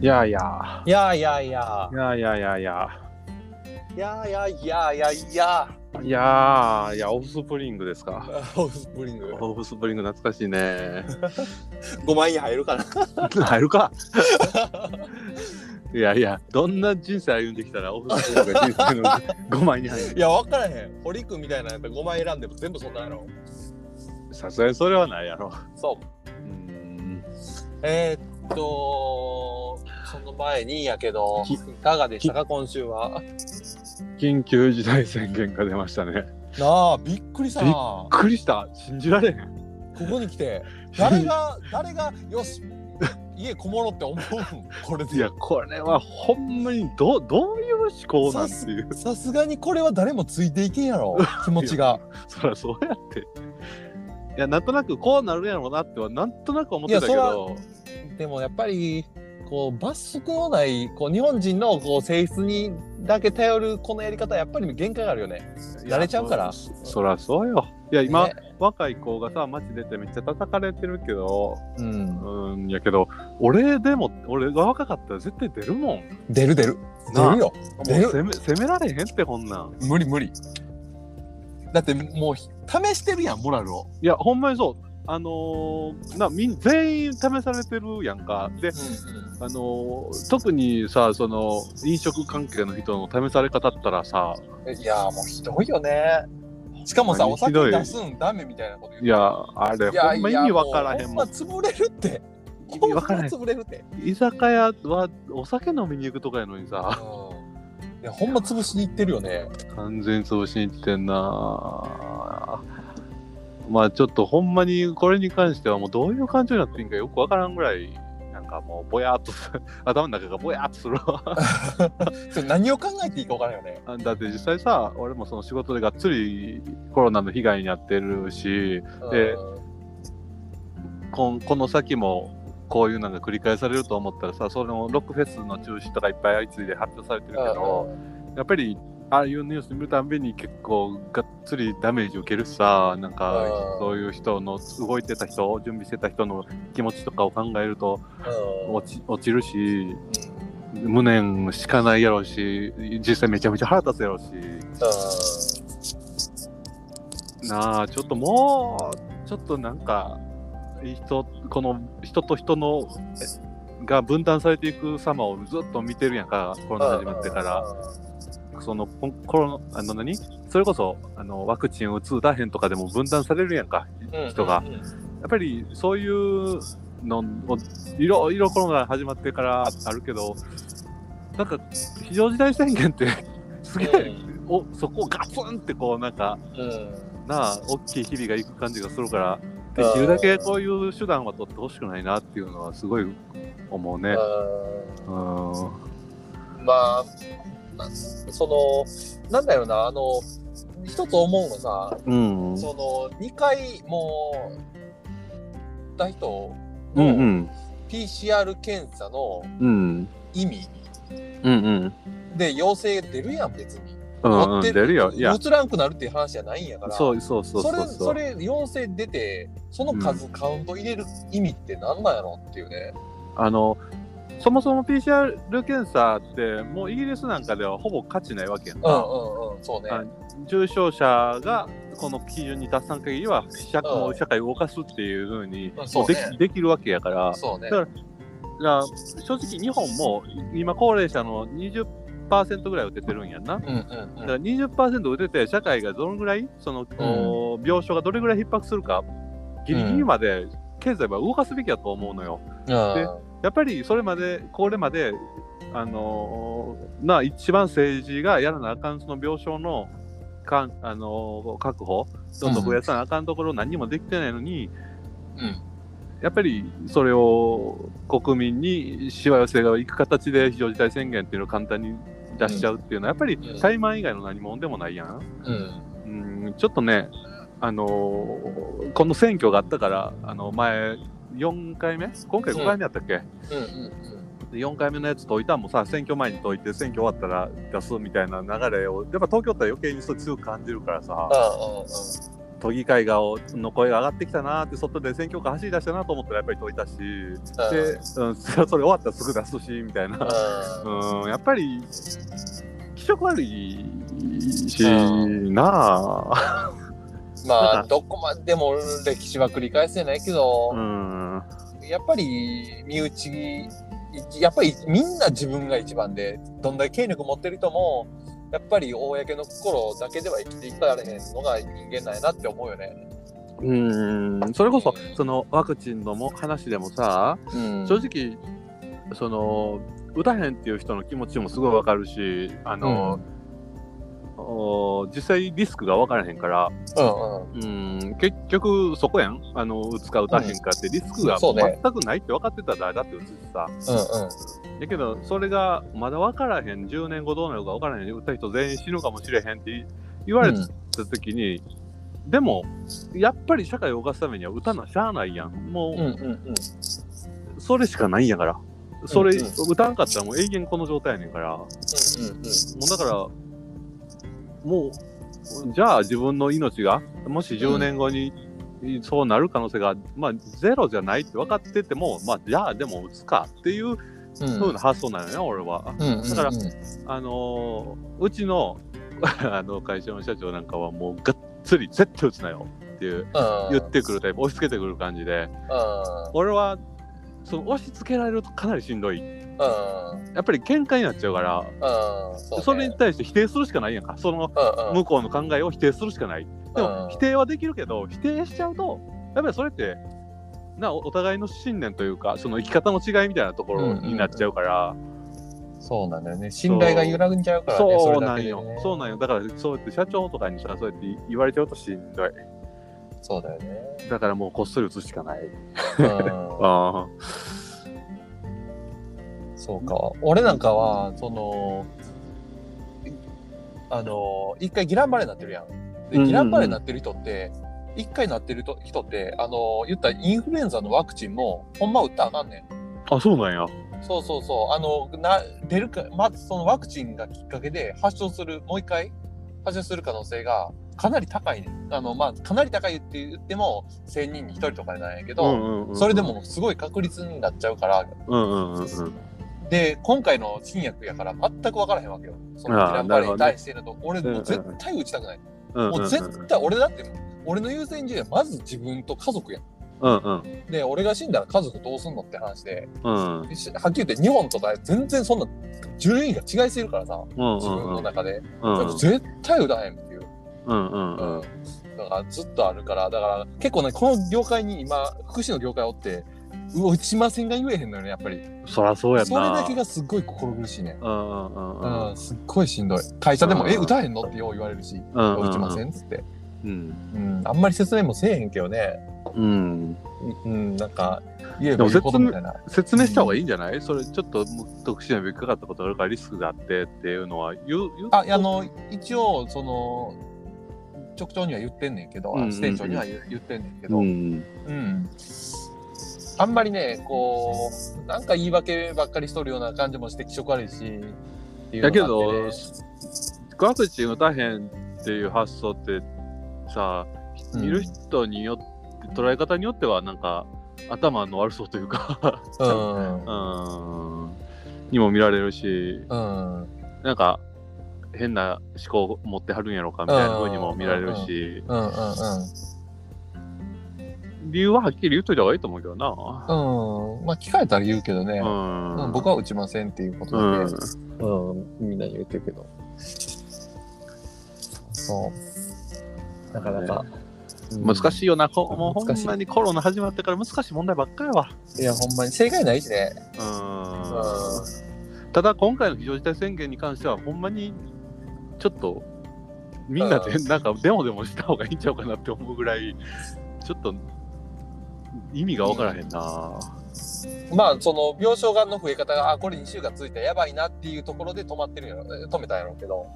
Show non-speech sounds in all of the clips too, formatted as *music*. いやいや。いやいやいやいやいやいやいや。いやいやいやいやいやいやーいや、オフスプリングですか。オフスプリン *laughs* グオフスプリング懐かしいね。 5万円入るかな *laughs* 入るか。 *laughs* いやいや、どんな人生歩んできたらオフスプリングが人生の5枚に入る。いや分からへん堀君みたいなやつ5万円選んでも全部そんなんやろさすがにそれはないやろ。そううんえー、っとその前にやけどいかがでしたか今週は緊急事態宣言が出ましたね。びっなあびっくりしたなびっこくりした。信じられへん。こに来て誰が誰がよし家こもろって思うんこ *laughs* れいでや、これはほんまにどうどういう思考なんていう。さすがにこれは誰もついていけんやろ気持ちが *laughs* そりゃそうやって。いや、なんとなくこうなるやろうなっては、なんとなく思っいてやたけど。でもやっぱりこう罰則のないこう日本人のこう性質にだけ頼るこのやり方はやっぱり限界があるよね。いや慣れちゃうからそそりゃそうよ。いや、今、ね若い子がさ、街出てめっちゃ叩かれてるけど、うん、うん、やけど、俺でも、俺が若かったら絶対出るもん。も出る出るなあ出るよう出る攻め攻められへんって、こんなん。無理無理だってもうひ試してるやんモラルを、いや、ほんまにそう。あのーなみん全員試されてるやんか。で、あのー特にさ、その、飲食関係の人の試され方ったらさ、いやーもうひどいよねしかもさほんおまにひ酒どい出すんダメみたいなこと言ういや、あれ、いやほんま意味わからへんいやもうほんまもん。潰れるって意味わからへんほんま潰れるって、居酒屋はお酒飲みに行くとかやのにさ。いやほんま潰しに行ってるよね完全に潰しに行ってんなまあちょっとほんまにこれに関してはもうどういう感情になってんかよくわからんぐらいなんかもうぼやっとす *laughs* 頭の中がぼやっとする *laughs* わそれ何を考えていいか分からんよねだって実際さ俺もその仕事でがっつりコロナの被害に遭ってるしでうんこんこの先もこういうのが繰り返されると思ったらさそのロックフェスの中止とかいっぱい相次いで発表されてるけどやっぱりああいうニュース見るたんびに結構がっつりダメージ受けるしさなんかうんそういう人の動いてた人準備してた人の気持ちとかを考えるとう落ち落ちるし無念しかないやろうし実際めちゃめちゃ腹立つやろうしんなあちょっともうちょっとなんか人この人と人のえが分断されていく様をずっと見てるやんかコロナ始まってから。そのココロナあの何それこそあのワクチン打つ打へんとかでも分断されるやんか人が、うんうんうんやっぱりそういうのをいろいろコロナ始まってからあるけどなんか非常事態宣言って *laughs* すげえ、おそこをガツンってこうなんかうんなあ大きい日々がいく感じがするからでうんきるだけこういう手段は取ってほしくないなっていうのはすごい思うね。うんうんまあなそのなんだよなあの一つ思うのさうんその2回もう打った人うのん PCR 検査のうん意味うんうんで陽性出るやん別にうん持うっんて出るよいや映らんくなるっていう話じゃないんやからそうそうそうそそれうそれ陽性出てその数カウント入れる意味って何なんやろっていうね、あのそもそも PCR 検査ってもうイギリスなんかではほぼ価値ないわけやんうん、うか、んうんそうね、はい重症者がこの基準に達さん限りは社,、うん社会を動かすっていうふうにうんそもううでねきできるわけやからそうねだからだから正直日本も今高齢者の20%ぐらい打ててるんやんな。うんうんだかうらん20%打てて社会がどのぐらいその、お病床がどれぐらい逼迫するかギリギリまで経済は動かすべきだと思うのよ。うんやっぱりそれまで、これまで、あのーな一番政治がやらなあかん、その病床のかん、あのー確保、どんどん増やさなあかんところ、何もできてないのに、うんやっぱりそれを国民にしわ寄せがいく形で非常事態宣言っていうのを簡単に出しちゃうっていうのは、やっぱりうん怠慢以外の何もんでもないやん。うんうんちょっとね、あのーこの選挙があったから、あの前、4回目今回5回目やったっけ、うんうんで4回目のやつ解いたんもさ選挙前に解いて選挙終わったら出すみたいな流れをやっぱ東京って余計にそう強く感じるからさあ都議会がの声が上がってきたなって外で選挙区走り出したなと思ったらやっぱり解いたしで、うん、それ終わったらすぐ出すしみたいな、うん、やっぱり気色悪いしうなあ、まなんあかどこまでも歴史は繰り返すじゃないけど、うん、やっぱり身内やっぱりみんな自分が一番でどんだけ権力持ってる人もやっぱり公の心だけでは生きていかれへんのが人間なんやなって思うよね。うん、それこそそのワクチンのも話でもさうん正直その打たへんっていう人の気持ちもすごいわかるしあの、お実際リスクが分からへんから、うんうんうん結局そこやんあの打つか打たへんかってリスクがそうね全くないって分かってたらだって打つしさうんうんだけどそれがまだ分からへん10年後どうなるか分からへん打った人全員死ぬかもしれへんって言われた時に、でもやっぱり社会を動かすためには打たなしゃあないやんもううんうんうんそれしかないんやからそれ、うんう打たんかったらもう永遠この状態やねんからもううだからもうじゃあ自分の命がもし10年後にそうなる可能性が、まあゼロじゃないって分かっててもまあじゃあでも打つかっていうんうん風な発想なのよね、俺は。うんだからうんあのーうちの *laughs* あの会社の社長なんかはもうがっつり絶対打つなよっていう言ってくるタイプ押し付けてくる感じでう俺はその押し付けられるとかなりしんどいんうんやっぱり喧嘩になっちゃうからうんそうねそれに対して否定するしかないやんかそのうんうん向こうの考えを否定するしかないでうんも否定はできるけど否定しちゃうとやっぱりそれってなおお互いの信念というかその生き方の違いみたいなところになっちゃうから、そうなんだよね信頼が揺らぐんじゃうからねそうれだなけんでよ、ねそうなんよだからそうやって社長とかにさそうやって言われちゃうとしんどいそうだよねだからもうこっそり打つしかないうんあそうか。俺なんかは、その、あの、一回ギランバレーになってるやん。うんうんうで、んギランバレーになってる人って、一回なってると人って、あの、言ったらインフルエンザのワクチンも、ほんま打ったらあかんねん。あそうなんやそうそうそう。あの、な、出るか、まずそのワクチンがきっかけで発症する、もう一回発症する可能性が、かなり高いねん。あの、まあ、かなり高いって言っても、1000人に1人とかなんやけど、んそれでもすごい確率になっちゃうから、うんうんうんうんで今回の新薬やから全く分からへんわけよそのああキランバレーに対してのと、俺もう絶対打ちたくない、うんもう絶対俺だって俺の優先順位はまず自分と家族やんうんうんで俺が死んだら家族どうすんのって話でうんうんしはっきり言って日本とか全然そんな順位が違いすぎるからさうん自分の中で、うんうん絶対打たへんっていう、うんうんうんだからずっとあるからだから結構ねこの業界に今福祉の業界おってう打ちませんが言えへんのよねやっぱりそらそうやんなそれだけがすっごい心苦しいねうんうんうんうんうん、すっごいしんどい。会社でも、うんえ、歌えんのってよう言われるし、うんうん打ちませんっつって。うんうん、あんまり説明もせえへんけどね。うんうん、なんか、言えば言うことみたいな。説明した方がいいんじゃないそれちょっと特殊な病気かかったことがあるからリスクがあってっていうのは言う言うあ、いやあの、一応、その、直長には言ってんねんけど、うんうんうんステーションには言う言ってんねんけど、ううん。んあんまりね、こう、なんか言い訳ばっかりしとるような感じもして気色悪いし、っていうのがあってねだけど、ワクチン打たへんっていう発想ってさ、うん見る人によって、捉え方によっては、なんか、頭の悪そうというか、うんう、ーん、にも見られるし、うん、なんか、変な思考を持ってはるんやろかみたいな風にも見られるし、うん、うん。理由ははっきり言っといた方がいいと思うけどな。うん、まあ聞かれたら言うけどね、ううんん、僕は打ちませんっていうこうとん、で、うんみんなに言ってるけどそうなかなか、難ししいよな、こもうほ難しいんまにコロナ始まってから難しい問題ばっかりやわ。いいやほんまに正解ないしねうんただ今回の非常事態宣言に関してはほんまにちょっとみんなでうなんかデモでもした方がいいんちゃうかなって思うぐらいちょっと意味が分からへんなまあその病床がんの増え方があこれ2週間続いたらやばいなっていうところで止まってるんやろ止めたんやろうけど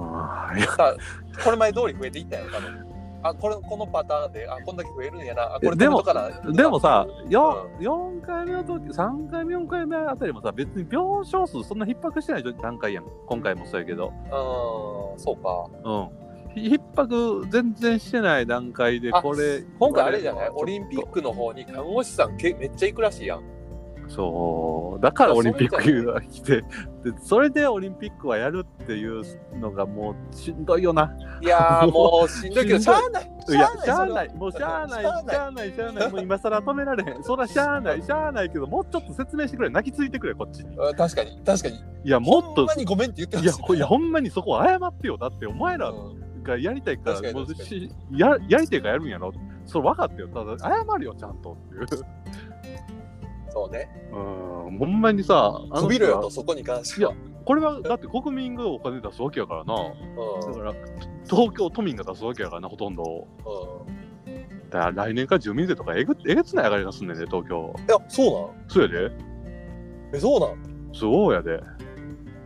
あーいやさこれ前通り増えていったんやろ多分あこれこのパターンであこんだけ増えるんやなあこれでも止めとかなでもさうんよ 4, 回目の時3回目4回目あたりもさ別に病床数そんな逼迫してない段階やん今回もそうやけどうんそうかうん逼迫全然してない段階で、あこれ、今回あれじゃないこオリンピックの方に看護師さんけめっちゃ行くらしいやん。そう、だからオリンピックが来て、でそれでオリンピックはやるっていうのがもうしんどいよな。いやー *laughs* もうしんどいけど、ししんゃどいあない。。いや、しゃあないい、もうしゃあない、しゃあないしゃあない、しゃあない、もう今更止められ *laughs* へん。そらしゃあない、しゃあないけど、もうちょっと説明してくれ、泣きついてくれ、こっちに。うん確かに、確かに。いや、もっほんとま、にごめんって言っていほや、しい。ほいやほんまにそこ謝ってよ。だって、お前らうんがやりたいか、確からにもう確かにしややりたいからやるんやろ。それ分かってよ。ただ、謝るよ、ちゃんとっていう。そうね。うん、ほんまにさ、あの人はくびろよと、そこに関しては。これはだって国民がお金出すわけやからな。うんだから、東京都民が出すわけやからな、ほとんど。うんだから来年から住民税とかえぐえげつない上がりがすんねんね、東京。いや、そうそうやで。なんえ、そうなんそうやで。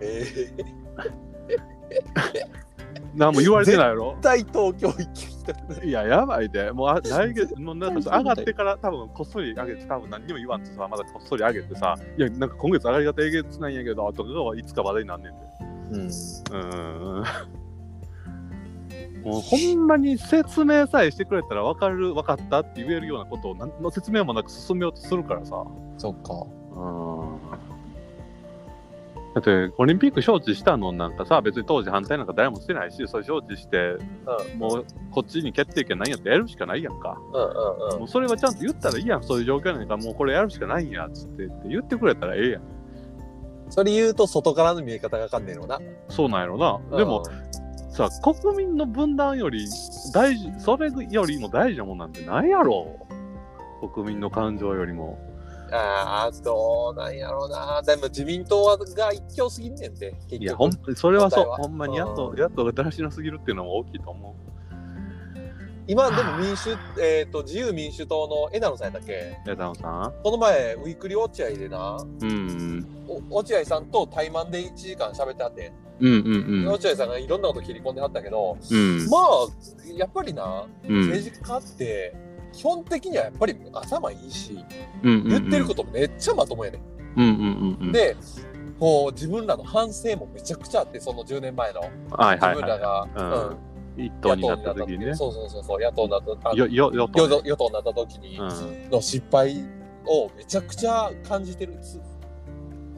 えーなんも言われてないやろ絶。対東京行きたくない。いや、やばいで。もうあ来月、もうなんか上がってから多分こっそり上げて、多分何にも言わんとさ、まだこっそり上げてさ、いや、なんか今月上がり方えげつないんやけど、とかはいつか話題になんねんで。うん。うーん。もうほんまに説明さえしてくれたら分かる、分かったって言えるようなことを何の説明もなく進めようとするからさ。そっか。だってオリンピック招致したのなんかさ別に当時反対なんか誰もしてないしそれ招致してもうこっちに決定権ないやってやるしかないやんかうんうんうん。もうそれはちゃんと言ったらいいやんそういう状況なんやからもうこれやるしかないんやっつってって言ってくれたらええやんそれ言うと外からの見え方がわかんねえのな。そうなんやろなでもさ国民の分断より大事それよりも大事なもんなんてないやろ国民の感情よりもうん、ああ、そうなんやろうな。でも自民党はが一強すぎんねんで、結局。いやほんそれはそう問題はほんまに野党うん野党がだらしなすぎるっていうのも大きいと思う今でも民主、えっ、と、自由民主党の枝野さんやったっけ枝野さんこの前、ウィークリー落合でな、うんお落合さんと対マンで1時間喋ってはって、うんうんうん落合さんがいろんなこと切り込んではったけど、うんまあ、やっぱりな、うん政治家って、基本的にはやっぱり頭いいし、うん言ってることめっちゃまともやねん。うんうんうんうんでこう自分らの反省もめちゃくちゃあってその10年前のはい自はい分らはが、うんい一うん党になった時にねそうそうそうそう野党になったあよ与よよ与と与党になった時にうんの失敗をめちゃくちゃ感じてるつ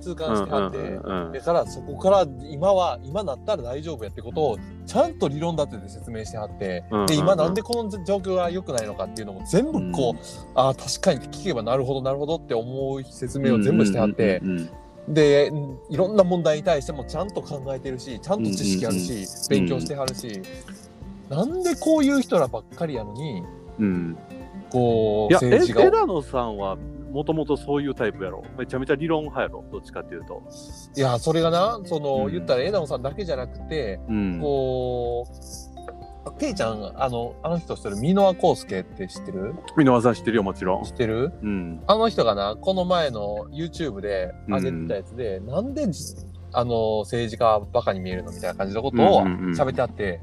痛う感しんてうはんって、うんうんだからそこから今は今なったら大丈夫やってことをちゃんと理論立てて説明してはって、うんうんで今なんでこの状況が良くないのかっていうのも全部こう、ああ確かに聞けばなるほどなるほどって思う説明を全部してはって、うんうんでうんいろんな問題に対してもちゃんと考えてるしちゃんと知識あるし、うん勉強してはるし、なんでこういう人らばっかりやのにうんこいうやえ政治が枝野さんはもともとそういうタイプやろめちゃめちゃ理論派やろどっちかっていうといやそれがなその、うん言ったら枝野さんだけじゃなくてうんこうペイちゃんあのあの人してる箕輪康介って知ってる箕輪さん知ってるよもちろん知ってるうんあの人がなこの前の YouTube で上げてたやつで、なんでじあの政治家はバカに見えるのみたいな感じのことをうんうんうん喋ってあって、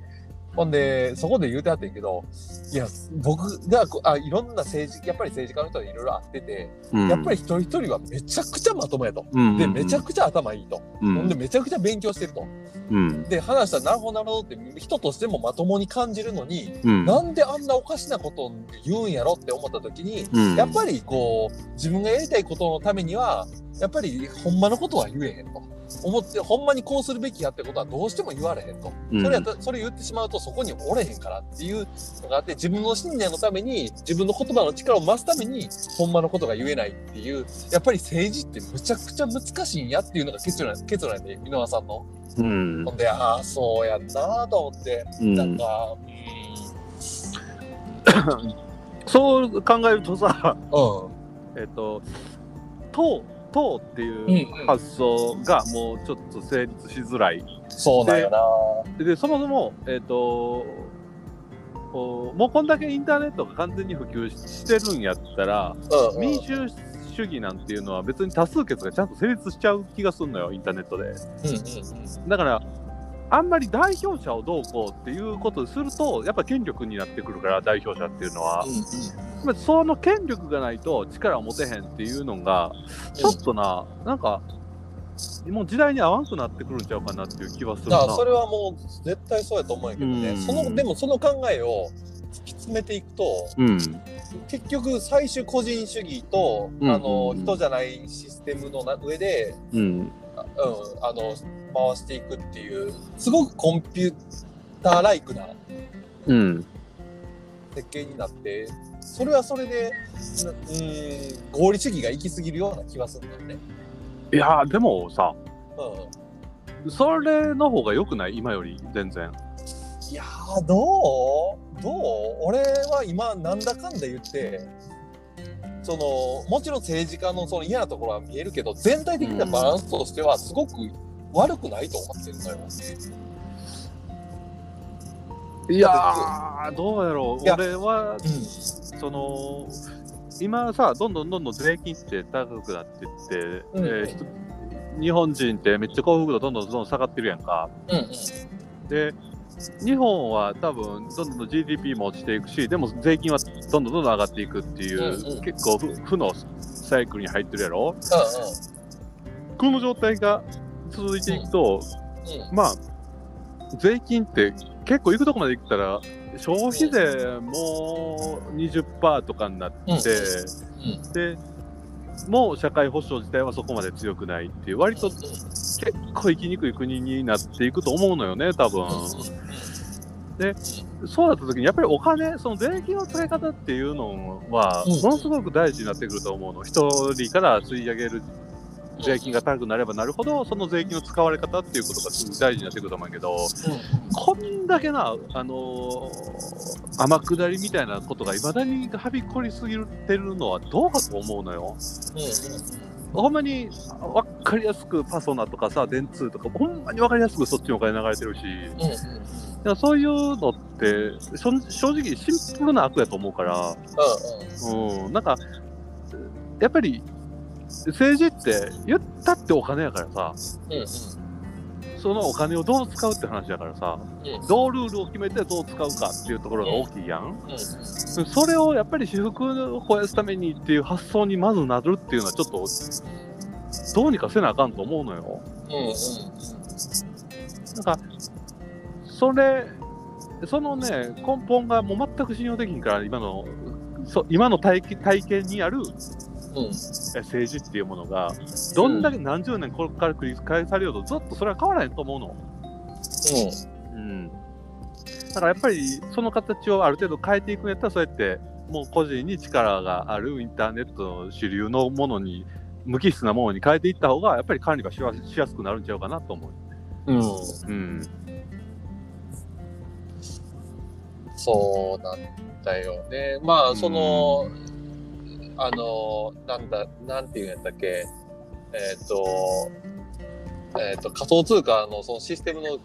ほんでそこで言うてはってんけどいや僕がこあいろんな政治やっぱり政治家の人にいろいろ会ってて、やっぱり一人一人はめちゃくちゃまともやと。りでめちゃくちゃ頭いいと、うんほんでめちゃくちゃ勉強してるとうんで話したらなるほどなるほどって人としてもまともに感じるのに、うんなんであんなおかしなことを言うんやろって思った時に、うんやっぱりこう、自分がやりたいことのためには、やっぱりほんまのことは言えへんと。思って、ほんまにこうするべきやってことはどうしても言われへんと。うんそれやったそれ言ってしまうとそこにおれへんからっていうのがあって、自分の信念のために、自分の言葉の力を増すために、ほんまのことが言えないっていう、やっぱり政治ってむちゃくちゃ難しいんやっていうのが結論結論やで、箕輪さんの。うんほんで、ああ、そうやんなと思って、うんなんか、うん、そう考えるとさ *laughs* うん。えっと党党っていうんううん発想がもうちょっと成立しづらいそうなんよな。でそもそもえっとこうもうこんだけインターネットが完全に普及してるんやったらうんうん、民主主義なんていうのは別に多数決がちゃんと成立しちゃう気がするのよインターネットでうんうんうん。だからあんまり代表者をどうこうっていうことでするとやっぱ権力になってくるから代表者っていうのはうんうんつまりその権力がないと力を持てへんっていうのがちょっとな、なんかもう時代に合わんくなってくるんちゃうかなっていう気はするだかならそれはもう絶対そうやと思うんやけどね、うんそのでもその考えを突き詰めていくとうん結局最終個人主義と、うんあのうん人じゃないシステムのな上で、うんあうん、あの回していくっていうすごくコンピューターライクなうん設計になってそれはそれでなうん合理主義が行き過ぎるような気はするんだよね。いやーでもさうそれの方が良くない今より全然ん、いやーどうどう俺は今なんだかんだ言ってそのもちろん政治家のその嫌なところは見えるけど全体的なバランスとしてはすごく悪くないと思ってるのよ。いやーどうやろいうや俺はうんその今さどんどんどんどん税金って高くなってって、うんえーひと日本人ってめっちゃ幸福度どんどんどんどん下がってるやんかうんうんで日本は多分どんどん GDP も落ちていくしでも税金はどんどんどんどん上がっていくっていう、うんうん結構負負のサイクルに入ってるやろうこの状態が続いていくと、んうんうんまあ税金って結構いくとこまでいったら消費税も20%とかになって、うんでもう社会保障自体はそこまで強くないっていう割と結構生きにくい国になっていくと思うのよね多分でそうだった時にやっぱりお金その税金の使い方っていうのはうもんのすごく大事になってくると思うの一人から吸い上げる税金が高くなればなるほどその税金の使われ方っていうことがすごく大事になってくると思うんやけどこんだけな、あのー天下りみたいなことがいまだにはびこりすぎてるのはどうかと思うのよ。ほんまに分かりやすくパソナとかさ、電通とか、ほんまに分かりやすくそっちにお金流れてるし、うんうんうんうんうんうんうんだからそういうのって、しょ正直シンプルな悪やと思うから、うん、なんか、やっぱり政治って言ったってお金やからさ、うんそのお金をどう使うって話やからさ、うんどうルールを決めてどう使うかっていうところが大きいやん。うんそれをやっぱり私服を肥やすためにっていう発想にまずなるっていうのはちょっとどうにかせなあかんと思うのよ。うんうんなんかそれそのね根本がもう全く信用できんから今のそ今の体験体験にあるうんえ政治っていうものがどんだけ何十年これから繰り返されようとずっとそれは変わらないと思うの。うん、だからやっぱりその形をある程度変えていくんやったらそうやってもう個人に力があるインターネットの主流のものに無機質なものに変えていった方がやっぱり管理がしやしやすくなるんちゃうかなと思う。うんうん、そうなんだよねまあその、あのなんだなんていうんやったっけえっ、とえっ、と仮想通貨のそのシステムの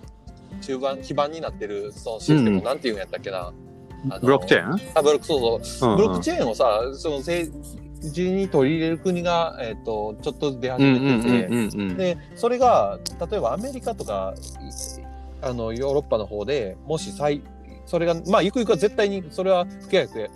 中盤基盤になってるそのシステム、うんなんていうんやったっけなあのブロックチェーン、あブロックそうそううんブロックチェーンをさ、その政治に取り入れる国が、えっとちょっと出始めてて、うんうんうんうんでそれが例えばアメリカとかあのヨーロッパの方でもし再それがまあゆくゆくは絶対にそれは不可逆や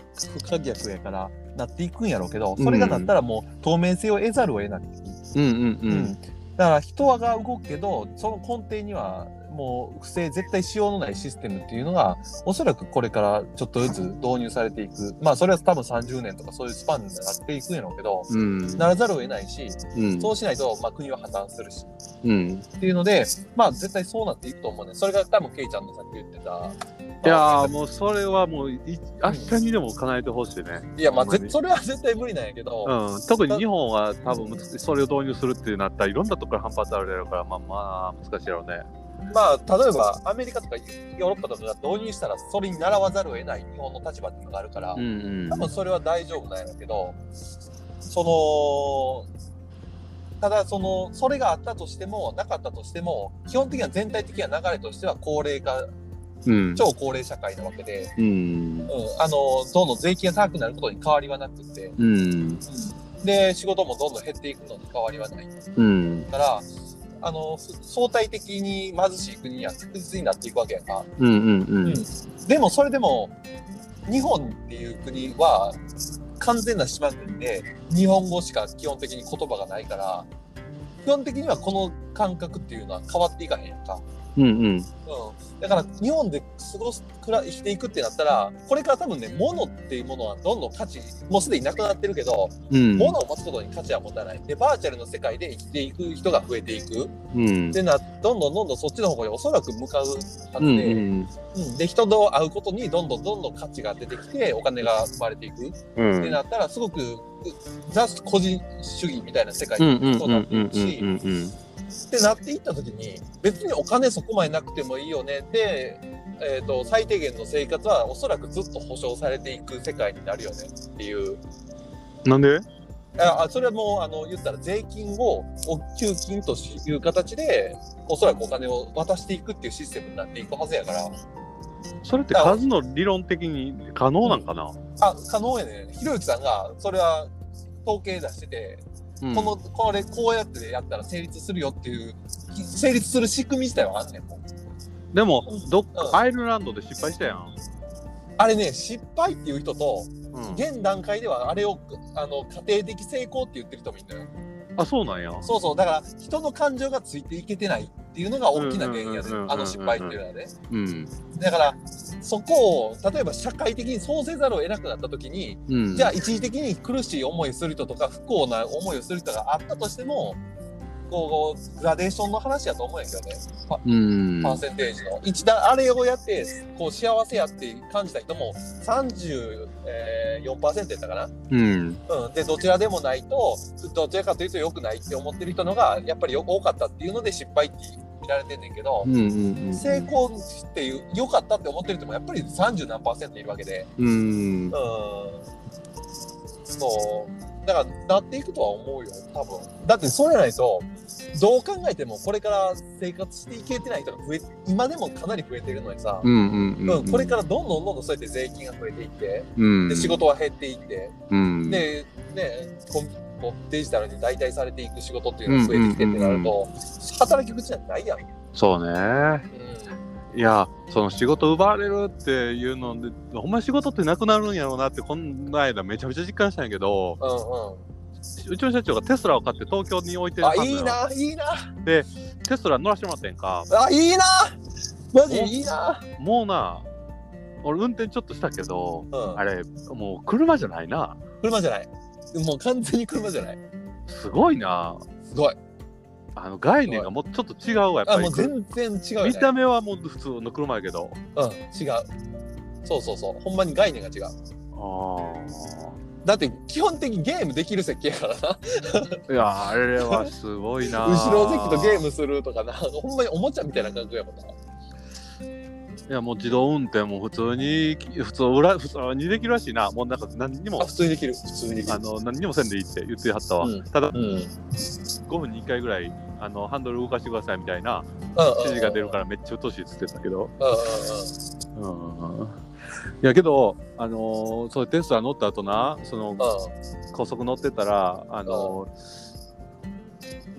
不可逆やからなっていくんやろうけどそれがなったらもう透明性を得ざるを得ない。うんううんんだから人はが動くけどその根底にはもう不正絶対しようのないシステムっていうのがおそらくこれからちょっとずつ導入されていくまあそれは多分30年とかそういうスパンになっていくんやろうけどうんならざるを得ないしうんそうしないとまあ国は破綻するしうんっていうのでまあ絶対そうなっていくと思うねそれが多分ケイちゃんのさっき言ってた、まあいやーもうそれはもうい明日にでも叶えてほしいね、いやまあほんまにぜそれは絶対無理なんやけど、うん、特に日本は多分難しいそれを導入するってなったらいろんなところから反発あるやろうからまあまあ難しいやろうねまあ例えばアメリカとかヨーロッパとかが導入したらそれに習わざるを得ない日本の立場っていうのがあるから、うん多分それは大丈夫なんやけど、その、ただその、それがあったとしても、なかったとしても、基本的には全体的な流れとしては高齢化、うん超高齢社会なわけで、うんうん、あの、どんどん税金が高くなることに変わりはなくて、うんで、仕事もどんどん減っていくのに変わりはないかうんら、あの、相対的に貧しい国には確実になっていくわけやんか。うんうんうんでもそれでも日本っていう国は完全な島国で日本語しか基本的に言葉がないから基本的にはこの感覚っていうのは変わっていかへんやんか。うんうん。うん、だから日本で過ごすくら生きていくってなったらこれから多分ね物っていうものはどんどん価値もうすでになくなってるけど、うん。物を持つことに価値は持たないでバーチャルの世界で生きていく人が増えていくうんでなどんどんどんどんそっちの方向におそらく向かうはうずんで,、うんで人と会うことにどんどんどんどん価値が出てきてお金が生まれていくっうんうんてなったらすごくうザ個人主義みたいな世界うんにうんそううんなってういんくうし。んうんってなっていった時に別にお金そこまでなくてもいいよねで、えー、と最低限の生活はおそらくずっと保障されていく世界になるよねっていうなんでああそれはもうあの言ったら税金をお給金という形でおそらくお金を渡していくっていうシステムになっていくはずやからそれって数の理論的に可能なんかな、あ可能やねひろゆきさんがそれは統計出してて、うんこのこれこうやってやったら成立するよっていう成立する仕組み自体はあんねんもうでもどっうんアイルランドで失敗したやん、あれね失敗っていう人とうん、現段階ではあれをあの家庭的成功って言ってる人もいるのよあそうなんやそうそうだから人の感情がついていけてないっていうのが大きな原因やでうんうんうんうんうんうんあの失敗っていうのはねうんだからそこを例えば社会的にそうせざるを得なくなった時にうんじゃあ一時的に苦しい思いする人とか不幸な思いをする人があったとしてもこうグラデーションの話やと思うんやけどねうんパーセンテージの一段あれをやってこう幸せやって感じた人も34%やったかなうんうん、でどちらでもないとどちらかというと良くないって思ってる人のがやっぱりよ多かったっていうので失敗って見られてんねんけどう、んうん成功っていう良かったって思ってる人もやっぱり30何パーセントいるわけで、うんうん、そうだからなっていくとは思うよ多分だってそうじゃないとどう考えてもこれから生活していけてない人が増え今でもかなり増えてるのにさ、うんうんうんうん、これからどんどんどんどんそうやって税金が増えていってうんで仕事は減っていって。うんで、ね、コンこうデジタルに代替されていく仕事っていうのが増えてきてってなると、う働き口じゃないやん。うんそうねいやその仕事奪われるっていうのでほんま仕事ってなくなるんやろうなってこの間めちゃめちゃ実感したんやけどうんうちの社長がテスラを買って東京に置いてうん、るあはずよいいないいなテスラ乗らしてもらってんかあいいなマジおいいな、もうな俺運転ちょっとしたけどうん、あれもう車じゃないな車じゃないもう完全に車じゃないすごいなすごいあの概念がもうちょっと違うわやっあぱりもう全然違うよ、ね、見た目はもう普通の車やけどうん違うそうそうそうほんまに概念が違うあだって基本的にゲームできる設計やからなあいやあれはすごいな *laughs* 後ろ席とゲームするとかなほんまにおもちゃみたいな感覚やもんないやもう自動運転も普通に普通裏普通にできるらしいなもうなんか何にあも普通にできる普通にできあるの何にもせんでいいって言ってはったわ、うんただうんうんうん5分に1回ぐらいあのハンドル動かしてくださいみたいな指示が出るからめっちゃうっとうしいっつってたけどうんうんうんうんいやけどあのーそうテスラ乗った後なそのう高速乗ってたらあの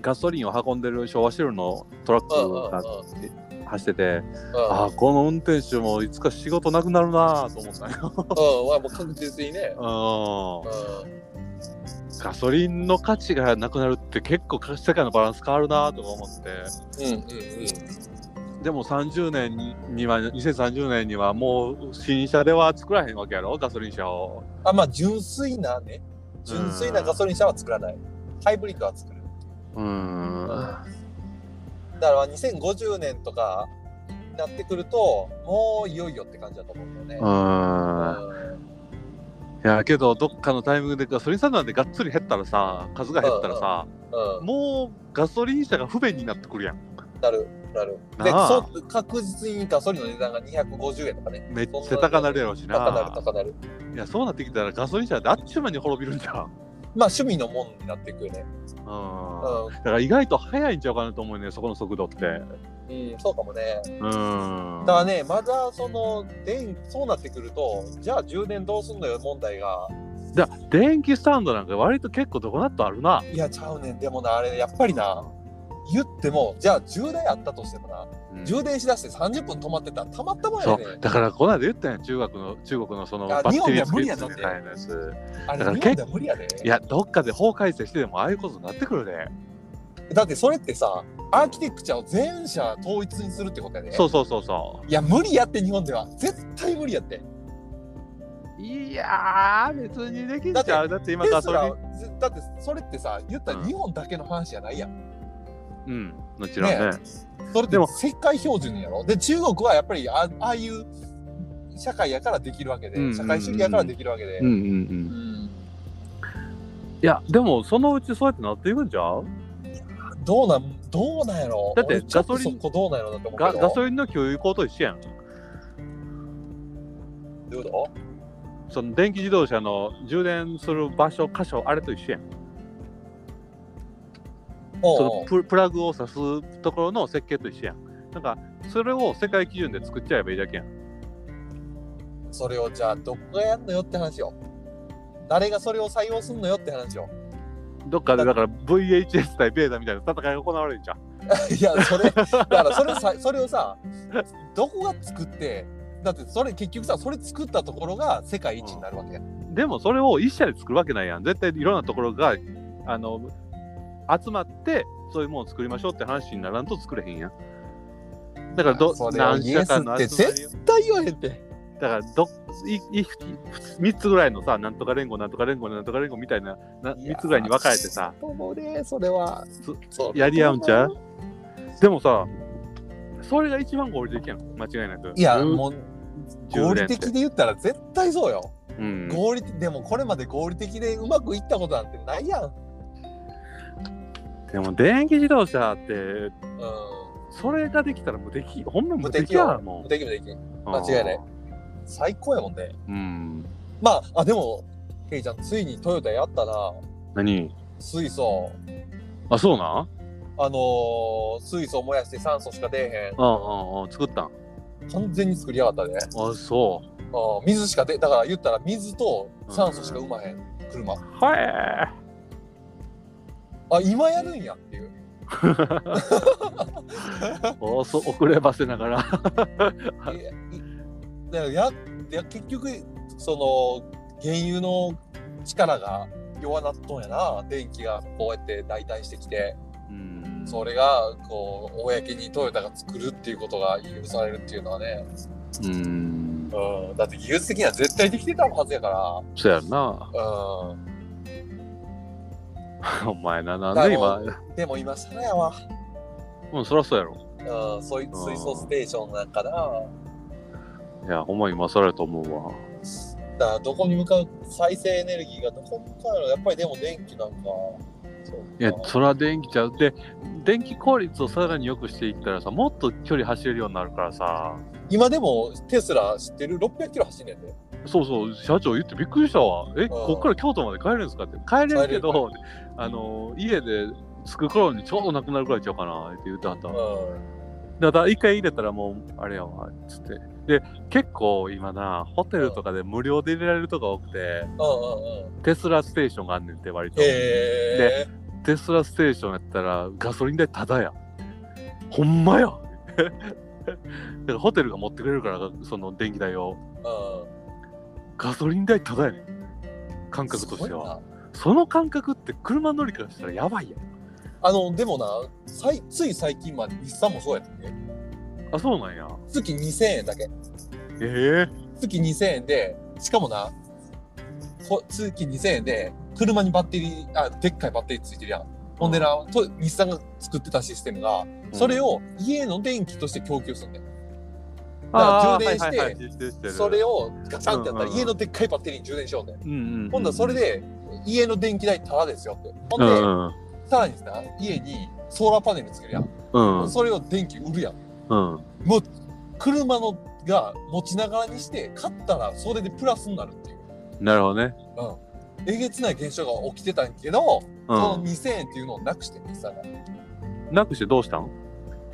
ーガソリンを運んでる昭和シェルのトラッんうんうクんがう走っててんああこの運転手もいつか仕事なくなるなーと思ったようんはもう確実にね。うんうんガソリンの価値がなくなるって結構世界のバランス変わるなとか思ってうんうんうん。でも30年には2030年にはもう新車では作らへんわけやろガソリン車をあまあ純粋なね純粋なガソリン車は作らない。ハイブリッドは作る。うーんだから2050年とかになってくるともういよいよって感じだと思うんだようね。ーんいやけどどっかのタイミングでガソリンスタンドなんてがっつり減ったらさ数が減ったらさうんうもうガソリン車が不便になってくるやんん。なるなる。でなあそう確実にガソリンの値段が250円とかね。めっちゃ高なるやろうし高なるな高なる。いやそうなってきたらガソリン車ってあっちゅう間に滅びるんじゃんまあ趣味のもんになっていくよね。うんうだから意外と速いんちゃうかなと思うねそこの速度ってん。うん、そうかもね。うんだからね、まだその電そうなってくると、じゃあ充電どうすんのよ問題が、だ電気スタンドなんか割と結構どこだっとあるないや、ちゃうねん、でもな、あれ、やっぱりな、言っても、じゃあ充電あったとしてもな、充電しだして30分止まってたら、たまったもんそやねんう。だからこの間言ったやん中学の中国のそのあバッテリー日本では無理やぞ付けてたやつあれ、だから日本では無理やで。いやどっかで法改正してでもああいうことになってくるでだってそれってさアーキテクチャを全社統一にするってことやで、そうそうそうそいや無理やって日本では絶対無理やってう。いやー、別にできんだってじゃうだって今テガスソリラぜだってそれってさ言ったら日本だけの話じゃないやん、ン。うん、もちろんね。ねそれってでも世界標準やろで中国はやっぱりあああいう社会やからできるわけで、うんうんうん社会主義やからできるわけで、うんうんう。うんんいや、でもそのうちそうやってなっていくんじゃうどうなんどうなんやろだって俺ちょとガソリンそこどうなんやろなって思うけガどガソリンの給油口と一緒やん。どういうこその電気自動車の充電する場所、箇所、あれと一緒やん。とそおうおのププラグを挿すところの設計と一緒やん。なんか、それを世界基準で作っちゃえばいいだけやん。うそれをじゃあどこがやんのよって話よ誰がそれを採用すんのよって話よ *laughs* どっかでだから VHS 対ベーダみたいな戦いが行われるんじゃん。いやそれだからそれを *laughs* さそれをさどこが作ってだってそれ結局さそれ作ったところが世界一になるわけや、でもそれを一社で作るわけないやん。絶対いろんなところがあの集まってそういうものを作りましょうって話にならんと作れへんやん。だからどそれを何社かのイエス集っまてりを絶対言わへんってだからどいい3つぐらいのさ、なんとか連合、なんとか連合、なんとか連合みたいなな3つぐらいに分かれてさ、そうもねそれはそそうやり合うんちゃうでもさ、それが一番合理的やん、間違いなく。いやうんもう合10理連って的で言ったら絶対そうよ、うん、合理的でもこれまで合理的でうまくいったことなんてないやん、うん、でも電気自動車って、それができたら無敵、ほんま無無敵敵やよんも無敵無敵う。間違いない最高やもんねうん。まああでもケイちゃんついにトヨタやったな何水素あ、そうなんあのー水素燃やして酸素しか出うんうんうん、作ったん。えへん完全に作りやがったねあ、そうん水しか出だから言ったら水と酸素しか生まへん車う。はあ今やるんやっていう *laughs* い。おそう遅ればせながら。いやいだからやいや結局その原油の力が弱なっとんやな電気がこうやって代替してきてうんそれがこう公にトヨタが作るっていうことが許されるっていうのはね、うん。うん、だって技術的には絶対できてたはずやかそうやんな。ら、うお前な、なんで今。ん、でも今更やわ、うん、そらそうやろ。うん、そういう水素ステーションなんかなだいや、ほんま今そらやと思うわ。からどこに向かう再生エネルギーがどこに向かうのやっぱりでも電気なんかそうかいや、そら電気ちゃう。で、電気効率をさらに良くしていったらさ、もっと距離走れるようになるからさ。今でもテスラ知ってる600キロ走んねんでそうそう、社長言ってびっくりしたわ。え、こっから京都まで帰れるんですかって。帰れるけ帰れど、あの、家で着く頃にちょうどなくなるぐらいちゃうかなって言ってはった。うだから一回入れたらもうあれやわっつってで結構今なホテルとかで無料で入れられるとこ多くてんうんうんうんテスラステーションがあんねんって割とへえテスラステーションやったらガソリン代タダやほんまや *laughs* だからホテルが持ってくれるからその電気代をうんガソリン代タダやねん感覚としてはその感覚って車乗りからしたらやばいやんあのでもなさいつい最近まで日産もそうやったねあそうなんや月2000円だけええ月2000円でしかもなこ月2000円で車にバッテリーあでっかいバッテリーついてるやんほんでな、と日産が作ってたシステムがそれを家の電気として供給するんだよ、から充電してそれををガチャンってやったうんうんうらん家のでっかいバッテリーに充電しようね、うんうんうん今度はそれで家の電気代タダですよって。ほうんで、んうんさらにさ、家にソーラーパネルつけるやん。うんそれを電気売るやん。うんもう、車のが持ちながらにして、買ったらそれでプラスになるっていう。なるほどね。えげつない現象が起きてたんやけど、そうの2000円っていうのをなくしてるさ。ん。なくしてどうしたん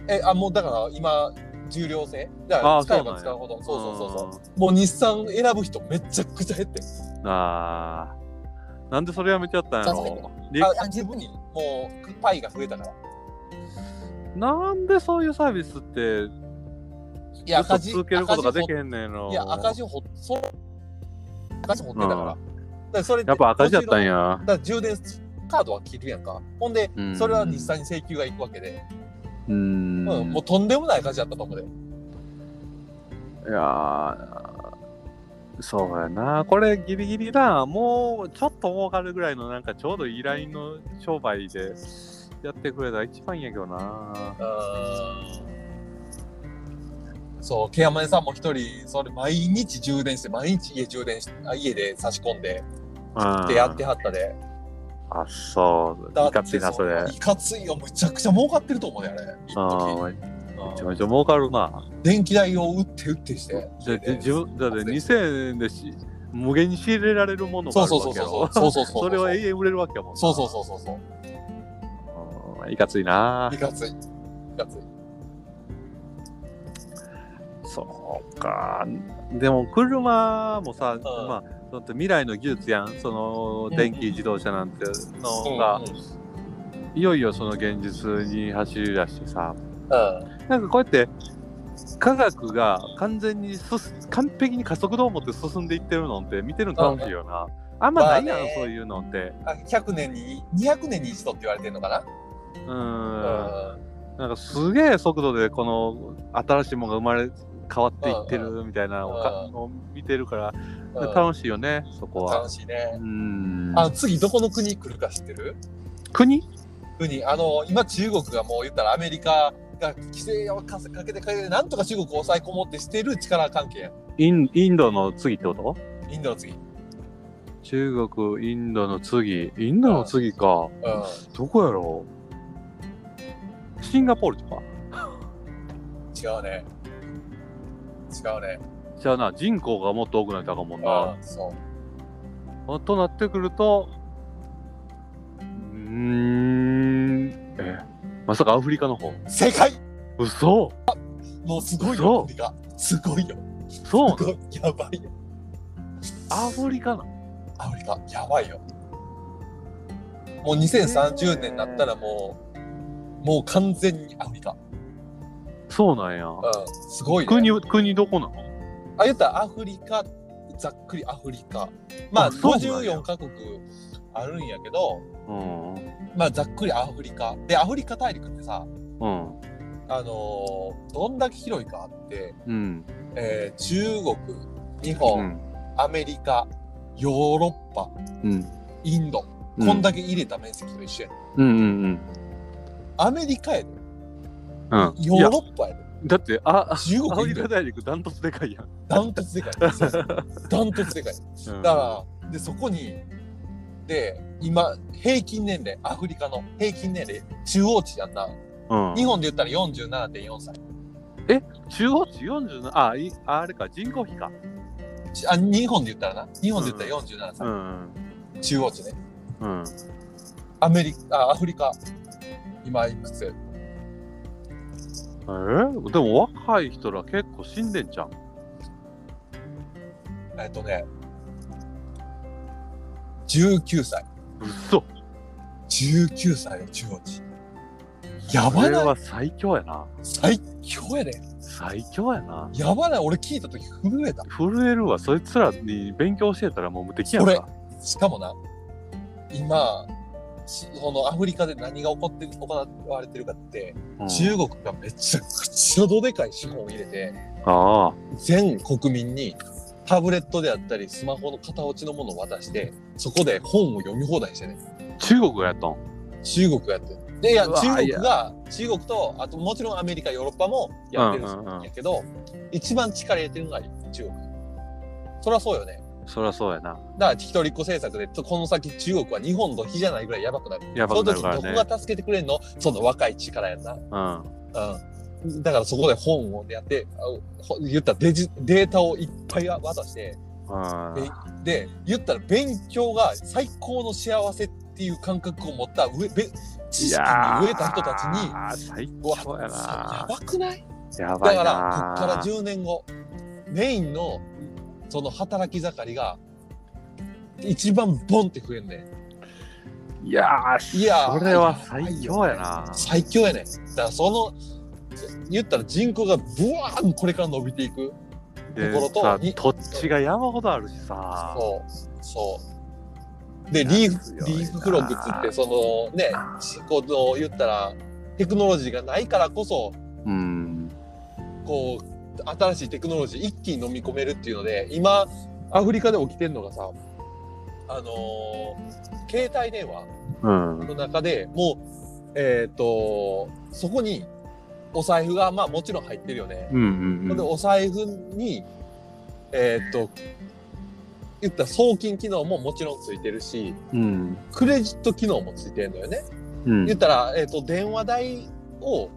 え、あ、もうだから今、重量制だかあらー使えばそうなんや使うほど。そうそうそうそううう。もう日産選ぶ人めちゃくちゃ減ってる。ん。ああ。なんでそれやめちゃったんやろ理あ、あ自分にもうパイが増えたから。なんでそういうサービスっていずや、っと赤字。続けることが赤字できへんねんのいや、赤字をほ、そう、赤字持ってたから。だからそれやっぱ赤字だったんや。やだ。から充電カードは切るやんか。ほんで、うんそれは実際に請求が行くわけで、うーんうん、もうとんでもない数やったと思うで。いやーそうやなこれギリギリなもうちょっと儲かるぐらいのなんかちょうどいいラインの商売でやってくれたら一番いいんやけどなそう、ケヤマネさんも一人、それ毎日充電して、毎日家充電して、あ家で差し込んで、うんってやってはったで。あそういかついなそれいかついよ、むちゃくちゃ儲かってると思うね、あれ。一時あめちゃめちゃ儲かるな電気代を売って売ってして。じゃ家で自分だって2000円でし無限に仕入れられるものがそあうるそうわそうけやそろう。そうそうそう。それは永遠売れるわけやもんなそうそうそうそうそう。うんいかついないかつい。いかつい。そうか。でも車もさ、まあ、だって未来の技術やん、そんうのん電気自動車なんてのが、うんいよいよその現実に走り出してさ、うんなんかこうやって、科学が完全にすす完璧に加速度を持って進んでいってるのって見てるの楽しいよな。あんまないやまあんね、そういうのって。あ100年に200年に一度って言われてるのかな、う。うんなんかすげえ速度でこの新しいものが生まれ変わっていってるみたいなのをかを見てるから、んうん楽しいよね、そこは楽。しいねう、んあの次どこの国来るか知ってる国国あの今中国がもう言ったらアメリカが規制をかせかけてかけてなんとか中国を抑え込もうってしてる力関係やんインインドの次ってことインドの次、うん、中国、インドの次。インドの次か。どこやろうシンガポールとか違うね違うねじゃあな、人口がもっと多くなったかもんな。うんそうとなってくると、うーん、え、まさかアフリカの方正解嘘もうすごいそうよ国がすごいよそうすごい *laughs* やばいよアフリカなアフリカやばいよもう2030年になったらもうもう完全にアフリカ、そうなんや。うん、すごい、ね、国、国どこなのあ言ったらアフリカざっくりアフリカまああそうなんや54カ国あるんやけどうん。まあざっくりアフリカでアフリカ大陸ってさうん。あのーどんだけ広いかあって、うん。えー中国日う本、ん。アメリカヨーロッパうん。インドこんだけ入れた面積と一緒や、ねうんうんアメリカやでうん。うん。ヨいやーロッパやでだって、あ、中アフ国イリンドカ大陸ダントツでかいやん。ダントツでかいそうそうダントツでかいうんだからでそこにで今平均年齢アフリカの平均年齢中央値やんなうん日本で言ったら47.4歳中央値47、あ、いあれか、人口比か。ちあ日本で言ったらな日本で言ったら47歳、ん。中央値ねうん。アメリカあアフリカ今いくつえーでも若い人ら結構死んでんじゃん。えっとね19歳うそ19歳の中央値やばこれないは最強やな。最強やで最強やな。やばない俺聞いた時震えた震えるわ。そいつらに勉強してたらもう無敵やん俺か。しかもな、今、しそのアフリカで何が起こって、行われてるかって、うん中国がめちゃくちゃどでかい資本を入れて、ああ。全国民にタブレットであったり、スマホの片落ちのものを渡して、そこで本を読み放題してね。中国がやったん中国がやってる。で、いや、うわ中国が、中国と、あともちろんアメリカ、ヨーロッパもやってるんやけど、一番力入れてるのが中国。そりゃそうよね。そりゃそうやな。だから一人っ子政策でとこの先中国は日本の比じゃないぐらいやばくなるやばくなるからそのね時どこが助けてくれんのその若い力やな、うん。うん、だからそこで本をやってあほ言ったらデジデータをいっぱい渡してうんえで言ったら勉強が最高の幸せっていう感覚を持った上べ知識に飢えた人たちにああ、最うわ強ややな。ばくないやばだいな。からこっから10年後メインのその働き盛りが一番ボンって増えんねんいやー、いやーそれは最強やな。最強やねだからその言ったら人口がブワーンこれから伸びていくでところとさに土地が山ほどあるしさそうそで、リーフ強い、なリーフフロッグっつって、そのね、しこう言ったら、テクノロジーがないからこそ、うん。こう、新しいテクノロジー一気に飲み込めるっていうので、今、アフリカで起きてるのがさ、あのー携帯電話うん。の中でもう、えっ、と、そこに、お財布が、まあもちろん入ってるよね。うん。うで、ん。お財布に、えっ、と、言ったら送金機能ももちろんついてるし、うん。クレジット機能もついてるのよね。うん言ったら、えっ、と、電話代を、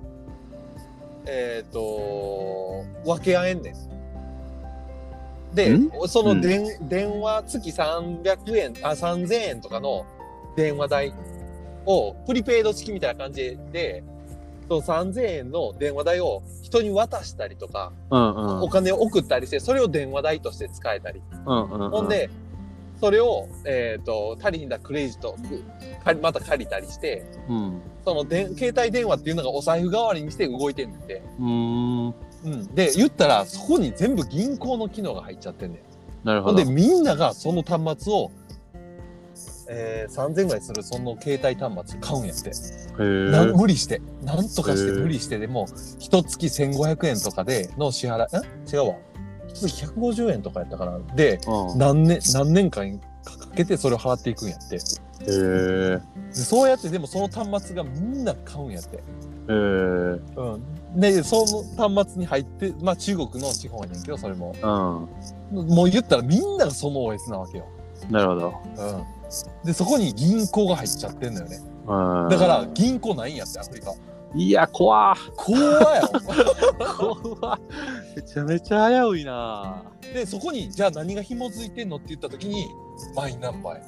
えっ、と、分け合えんねん。でん、その電、電話月300円、あ、3000円とかの電話代を、プリペイド式みたいな感じで、その3000円の電話代を人に渡したりとか、うん。お金を送ったりして、それを電話代として使えたり。うん。ほん、で、それを、えっ、と、足りひんだクレジット、く借りまた借りたりして、うん。そのでん携帯電話っていうのがお財布代わりにして動いてんねんて。うん。うん、で、言ったら、そこに全部銀行の機能が入っちゃってんねん。なるほほんどで、。みんながその端末を、えー、3000ぐらいするその携帯端末買うんやって。へーな無理して。なんとかしてへえ無理してでも、一月1500円とかでの支払い、ん違うわ。一月150円とかやったかな。で、うん。何年、何年間かけてそれを払っていくんやって。へえ。でそうやってでもその端末がみんな買うんやって。へえ。うん。で、その端末に入って、まあ中国の資本やねんけど、それも。うん。もう言ったらみんながその OS なわけよ。なるほど。うん。で、そこに銀行が入っちゃってんのよね。うんだから、銀行ないんやって、アフリカ。いや、怖っ怖いよ。怖っめちゃめちゃ危ういなで、そこに、じゃあ何が紐づいてんのって言った時に、マイナンバーや。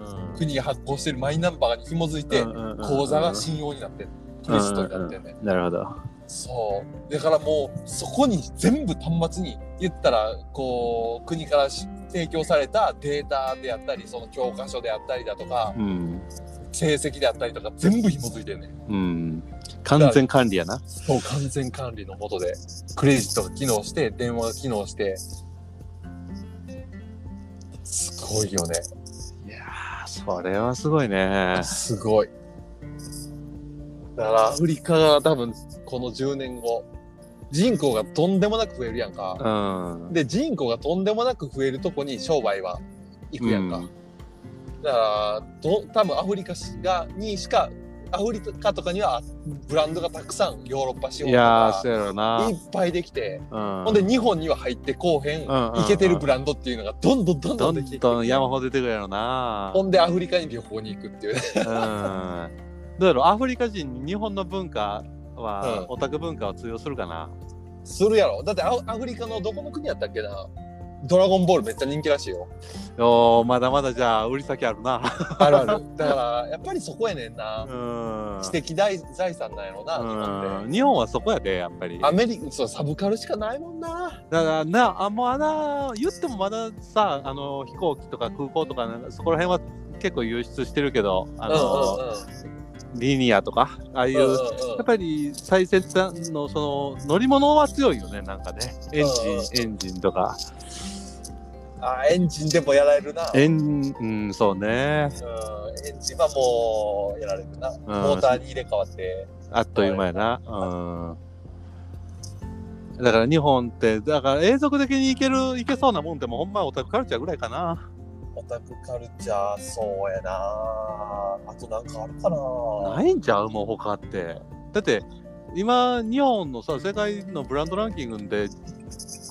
うん国が発行してるマイナンバーが紐づいて、口座が信用になってんクレジットになってんね。なるほど。そう。だからもう、そこに全部端末に、言ったら、こう、国からし提供されたデータであったり、その教科書であったりだとか、うん。成績であったりとか、全部紐づいてるね。うん。完全管理やな。そう、完全管理のもとで、クレジットが機能して、電話が機能して、すごいよね。いやーそれはすごいね。すごい。だから、アフリカが多分、この10年後、人口がとんでもなく増えるやんか。うん。で人口がとんでもなく増えるとこに商売は行くやんか、うんだからど多分アフリカがにしかアフリカとかにはブランドがたくさんヨーロッパ仕い様とやーかそうやろうないっ。ぱいできて、うんほんで日本には入ってこうへうんん、うんうんいけてるブランドっていうのがどんどんどんどどんでんきてきてどん山ほど出てくるやろうな。ほんでアフリカに旅行に行くっていうねうん。どうやろうアフリカ人に日本の文化は、うオタク文化は通用するかな。するやろだってアアフリカのどこの国やったっけなドラゴンボールめっちゃ人気らしいよ。おーまだまだじゃあ売り先あるな。あるある。だから、やっぱりそこやねんな。うん。知的大財産なんやろな、日本って。うん日本はそこやでやっぱり。アメリカ、そう、サブカルしかないもんな。だからなあまだ言ってもまださあの飛行機とか空港とかなんかそこら辺は結構輸出してるけどあの、うんうんうんリニアとかああいう、うんうんうんやっぱり最先端のその乗り物は強いよねなんかねエンジン、うんうんエンジンとかあ、エンジンでもやられるな。エンうんそうねうん、エンジンはもうやられるな。モーターに入れ替わって。あっという間やな、うんだから日本ってだから永続的にいけるいけそうなもんでもうほんまオタクカルチャーぐらいかなオタクカルチャー、そうやな。あとなんかあるかな。ないんちゃうもう他って。だって今日本のさ世界のブランドランキングで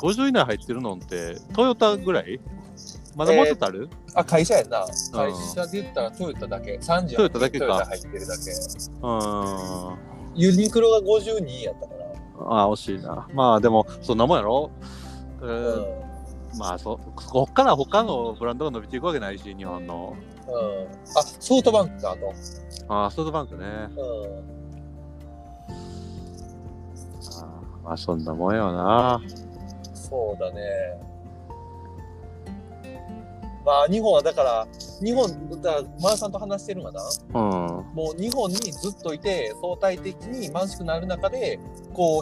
50位以内入ってるのってトヨタぐらいまだもうちょっとある、あ、会社やんな。会社で言ったらトヨタだけ。30トヨタだけかトヨタ入ってるだけ。うーんユニクロが52やったから。ああ惜しいなまあでもそんなもんやろ、えうーん。まあそこっから他のブランドが伸びていくわけないし日本のうん。あ、ソフトバンクか、あと。ああソフトバンクねあうん。ーまあそんなもんやわなそうだね。まあ、日本はだから、日本、だから、マーさんと話してるがな、うんもう日本にずっといて、相対的に貧しくなる中で、こう、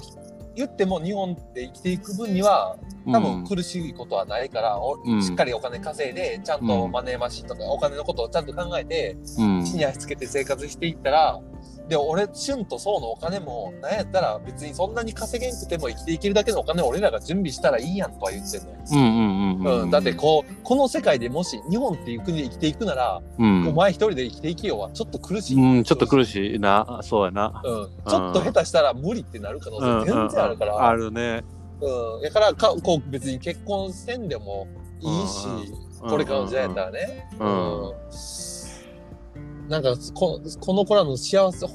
言っても日本で生きていく分には、多分苦しいことはないから、おうんしっかりお金稼いで、ちゃんとうんマネーマシンとか、お金のことをちゃんと考えて、うん地に足つけて生活していったら、で、俺、旬とそうのお金も、なんやったら別にそんなに稼げんくても生きていけるだけのお金を俺らが準備したらいいやんとは言ってんのよ。うんうんうんうん、だってこう、この世界でもし日本っていう国で生きていくなら、うんお前一人で生きていけようはちょっと苦しい。うんちょっと苦しいなそうやなうん、ちょっと下手したら無理ってなる可うん能性全然あるから、うんうんあるねうん、だからかこう別に結婚せんでもいいし、これからの時代やったらね、うんうんうんうんなんかここの子らの幸せや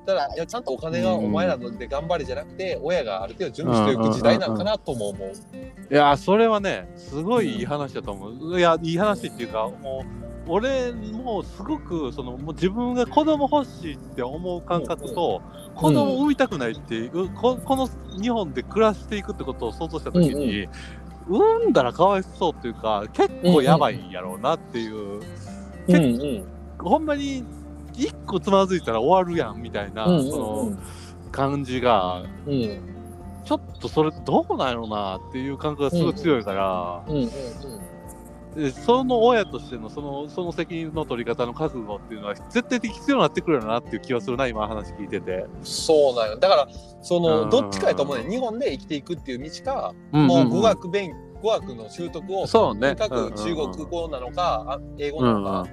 ったらいやちゃんとお金がお前らので頑張れじゃなくて、親がある程度準備していく時代なんかなとも思う。いやそれはねすごいいい話だと思う、いやいい話っていうかもう俺もすごくそのもう自分が子供欲しいって思う感覚と、子供産みたくないっていう、ここの日本で暮らしていくってことを想像した時に、産んだらかわいそうっていうか結構やばいんやろうなっていう、うんんうんほんまに一個つまずいたら終わるやんみたいな、うんそうんの感じがうんちょっとそれどうなんやろうなっていう感覚がすごい強いから。うんうんでその親としてのそのその責任の取り方の覚悟っていうのは絶対的に必要になってくるよなっていう気はするな今話聞いてて、そうなんよだからそうんのどっちかやと思うね日本で生きていくっていう道か、もう語学勉語学の習得をそうね各中国語なのか、あ英語なのか、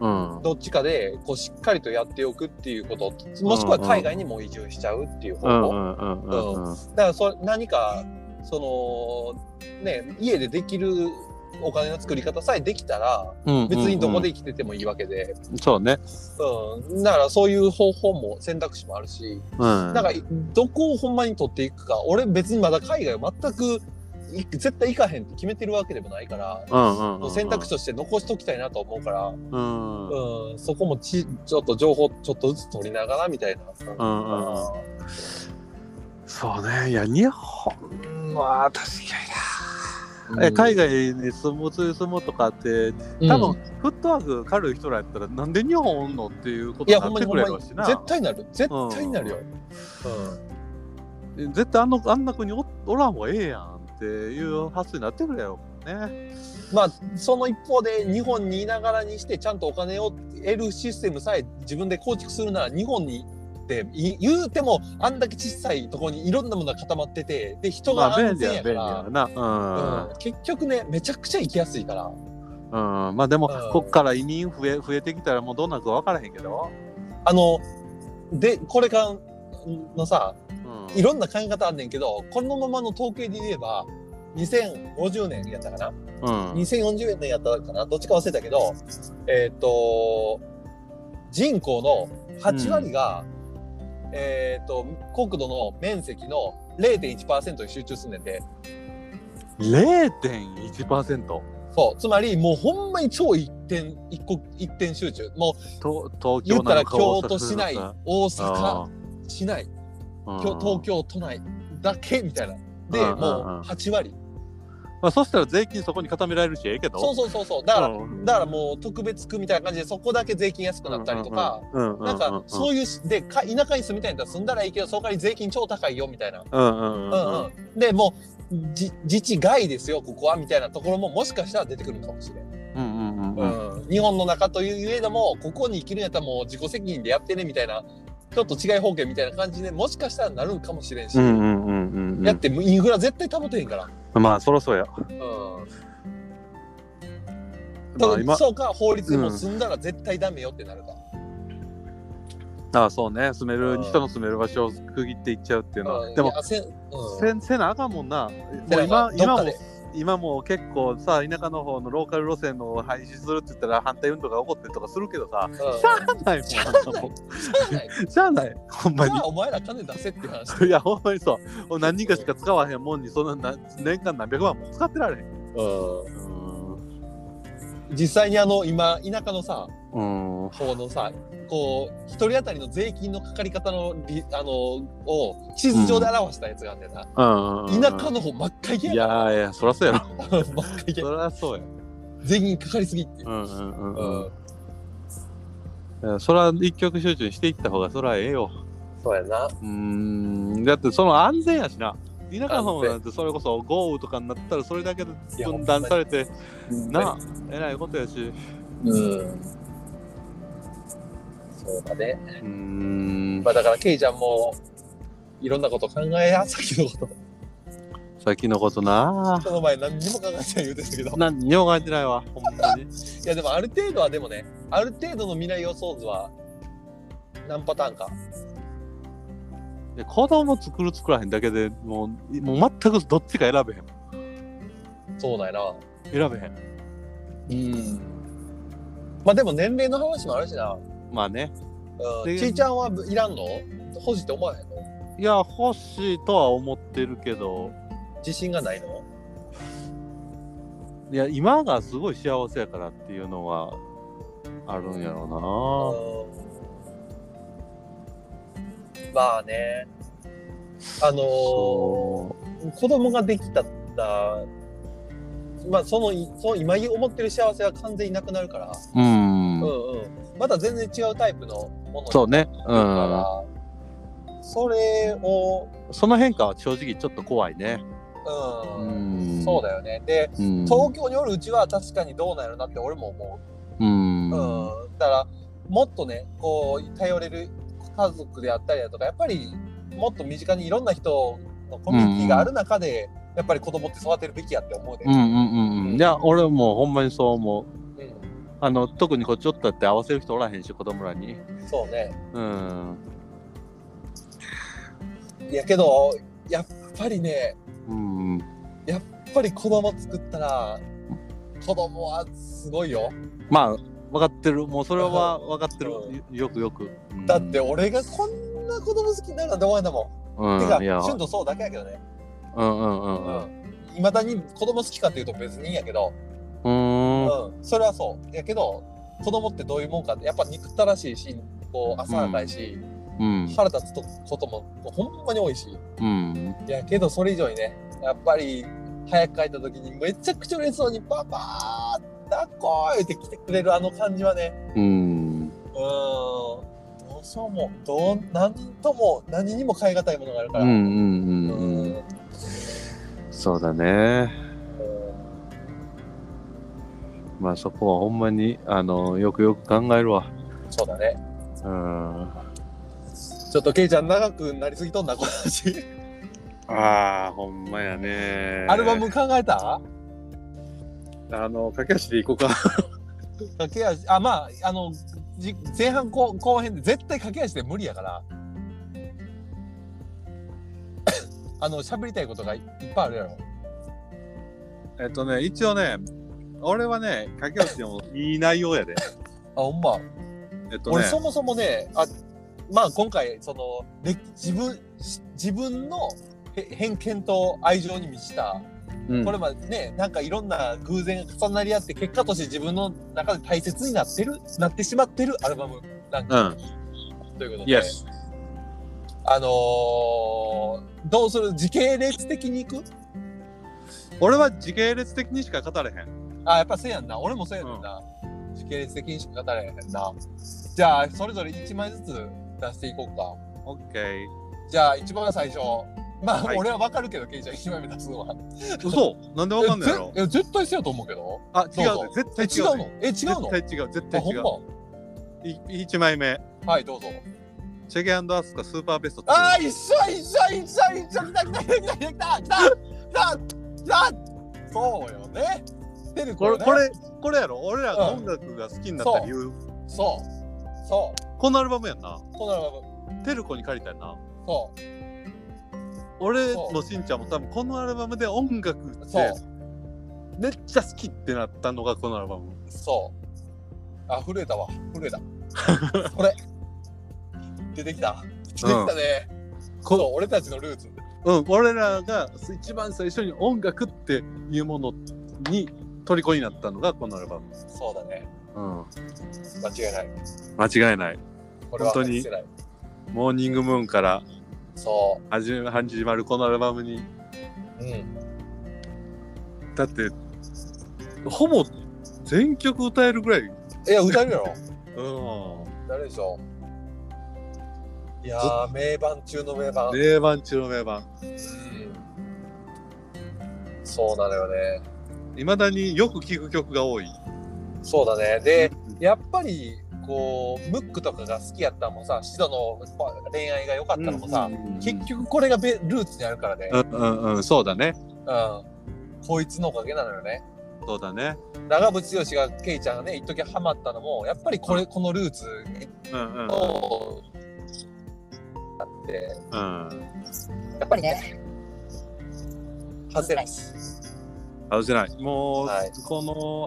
うんうんどっちかでこうしっかりとやっておくっていうこともしくは海外にも移住しちゃうっていう方う法、んうんうんうんうんだからそれ何かそのね家でできるお金の作り方さえできたらうん別にどこで生きててもいいわけで、そうねうんだからそういう方法も選択肢もあるし、うんなんかどこをほんまに取っていくか俺別にまだ海外は全くい絶対行かへんって決めてるわけでもないから、うんうんうんもう選択肢として残しときたいなと思うから。うんうんうん、そこもちちょっと情報ちょっとずつ取りながらみたいな。うんうんそうねいや日本は確かにな、え海外に住む住むとかってうん多分、うんフットワーク軽い人らやったらなんで日本おんのっていうこいとやになほんっまてにくほるんやろまにうしな絶対なる絶対なるよ。うん絶対あのあんな国おおらんほうがええやんっていう発想になってくるやろうからね。まあその一方で日本にいながらにしてちゃんとお金を得るシステムさえ自分で構築するなら日本に。ってい言うてもあんだけ小さいところにいろんなものが固まっててで人まがあ便安利全やや便か利らや、な。うん、結局ねめちゃくちゃ行きやすいからうん。うん。まあでも、うんこっから移民増え増えてきたらもうどうなるか分からへんけど。あのでこれからのさうん。いろんな考え方あんねんけど、このままの統計で言えば、2050年やったかなうん。 ?2040 年やったかなどっちか忘れたけど、えーっ、と、人口の8割が、えーっ、と、国土の面積の0.1%に集中すんねんで、 0.1%。そう、つまりもうほんまに超一点、一個、一点集中。もうと東言京ったならのか大京阪都市内なの、大か阪市内、うん京東京都内だけみたいな。で、うんうんうんもう8割。まあ、そしたら税金そこに固められるしええけど。そうそうそうそう。だから、うんだからもう特別区みたいな感じでそこだけ税金安くなったりとか、うんうんなんかそういうしでか田舎に住みたいんだったら住んだらいいけどそこから税金超高いよみたいな、うんうんうんううんんうんでもうじ自治外ですよここはみたいなところももしかしたら出てくるかもしれん、うんうんうんうんうん、日本の中というゆえどもここに生きるんやったらもう自己責任でやってねみたいなちょっと違い方形みたいな感じでもしかしたらなるんかもしれんし、うんうんうんうんやってインフラ絶対保てへんから、まあそろそろや。うんまあだから今そうか法律でもう住んだら絶対ダメよってなるから。ああそうね住めうるん人の住める場所を区切っていっちゃうっていうのは、うんでもいやせん、うんせせなあかんもんなもせうな今あか今んどっかもで今も結構さ田舎の方のローカル路線の廃止するって言ったら反対運動が起こってとかするけどさうんしゃあないもんあんなもん *laughs* じゃないしゃあないほんまじにゃあお前ら金出せっていう話。いやほんまにそうもう何人かしか使わへんもんにそんなな年間何百万も使ってられへん実際にあの今田舎のさうん方のさこう一人当たりの税金のかかり方のりあのを地図上で表したやつがあってな、うん田舎の方真っ赤いいけややいやそらそうやろ真っ赤いけそらそうや税金かかりすぎっていうう。んうんうんううんん、いやそら一極集中していった方がそらええよそうやな。うーんだってその安全やしな。田舎の方なんてそれこそ豪雨とかになったらそれだけで分断されてなあえらいことやしうん。そうだね。うーんまあだから、ケイちゃんも、いろんなこと考えや、さっきのこと。先のことなその前何にも考えてない言うてたけど。何にも考えてないわほんまにいや、でもある程度はでもね、ある程度の未来予想図は、何パターンか。で子供作る作らへんだけでもうもう全くどっちか選べへんそうだよ選べへんな。うん。まあでも年齢の話もあるしな。まあねうん。でちいちゃんはいらんの欲しいって思わへんのいや欲しいとは思ってるけど自信がないのいや今がすごい幸せやからっていうのはあるんやろうん。まあね。あのーうなそ子供ができたら、まあそのいその今思ってる幸せは完全になくなるから、ううんうんうん、また全然違うタイプのものにそうねなるうんから、それを、その変化は正直ちょっと怖いねううんんそうだよね。で、うん東京におるうちは確かにどうなんやろなって俺も思うんう。うん、だからもっとねこう頼れる家族であったりだとかやっぱりもっと身近にいろんな人のコミュニティがある中で、やっぱり子供って育てるべきやって思うで。うんうんうんうんいや俺もほんまにそう思ううんあの特にこっちおったって合わせる人おらへんし子供らにそうね。うんいやけど、やっぱりね、うんやっぱり子供作ったら、子供はすごいよ。まあ分かってる *laughs* もうそれは分かってるよくよくうんだって俺がこんな子供好きになるなんて思えたもん。うんてか、いや旬とそうだけやけどね。うんうんうんうんうん。いまだに子供好きかっていうと別にいいんやけど、うーんうん。それはそう。やけど、子供ってどういうもんかって、やっぱ憎たらしいし、こう、浅はかいし、うん腹立つこともほんまに多いし。うんいやけどそれ以上にねやっぱり早く帰った時にめちゃくちゃ嬉しそうに「パパー抱っこー!」って来てくれるあの感じはねうんうーんどうしようもどう何とも何にも変え難いものがあるかうんうら、んううんーうんんそうだねまあそこはほんまにあのよくよく考えるわそうだねうんちょっとケイちゃん長くなりすぎとんなこの話ああ、ほんまやね。アルバム考えたあの、駆け足でいこうか。駆け足あまああのじ前半後後編で絶対駆け足で無理やからあの喋りたいことがいっぱいあるやろ *laughs* えっとね、一応ね、俺はね、駆け足でもいい内容 *laughs* やで。あほんまえっと俺ね、そもそもねあまあ今回その歴自分し自分のへ偏見と愛情に満ちたうんこれまでねなんかいろんな偶然が重なり合って結果として自分の中で大切になってるなってしまってるアルバムなんか、ということで、 Yes あのーどうする時系列的にいく俺は時系列的にしか語れへん。あやっぱそうやんな俺もそうやねんな、時系列的にしか語れへんなじゃあそれぞれ1枚ずつ出していこうか OK。じゃあ一番最初まあ、はい俺は分かるけどケイちゃん一枚目出すのは嘘なんでわかんないやろえぜいや絶対そうやと思うけどあ、違どうね。うぞ絶え対違違ううのね。え違うの絶対違う。絶あ対ほ違んう。まい一枚目。はいどうぞチェゲアスカスーパーベスト2。あー一緒一緒一緒一緒来た来た来た来た来た来た来た来たそうよねてるこれ、ね、これ、これやろ俺らがうん音楽が好きになった理由。そうそうこのアルバムやんな。このアルバムテルコに借りたやんな。そう俺もしんちゃんも多分このアルバムで音楽っそてうめっちゃ好きってなったのがこのアルバムそうあ震えたわ震 *laughs* えたこれ出てきた出てきたね、こそう俺たちのルーツうん俺らが一番最初に音楽っていうものに虜になったのがこのアルバム、そうだねうん、間違いない間違いないこれは本当に外せないモーニングムーンからそ始め始まるこのアルバムにううんだってほぼ全曲歌えるぐらい、うん、いや歌えるやろ誰でしょいやー名盤中の名盤、名盤中の名盤うんそうなのよね。いまだによく聞く曲が多い。そうだね。で、やっぱり、こう、ムックとかが好きやったのもさ、シドの恋愛が良かったのもさ、うん結局これがベルーツにあるからね。うんうんうん、そうだね。うん。こいつのおかげなのよね。そうだね。長渕剛がケイちゃんがね、一時ハマったのも、やっぱりこれ、このルーツうんうん。を、あって、うん。やっぱりね、外せない。外せない。もう、はいこ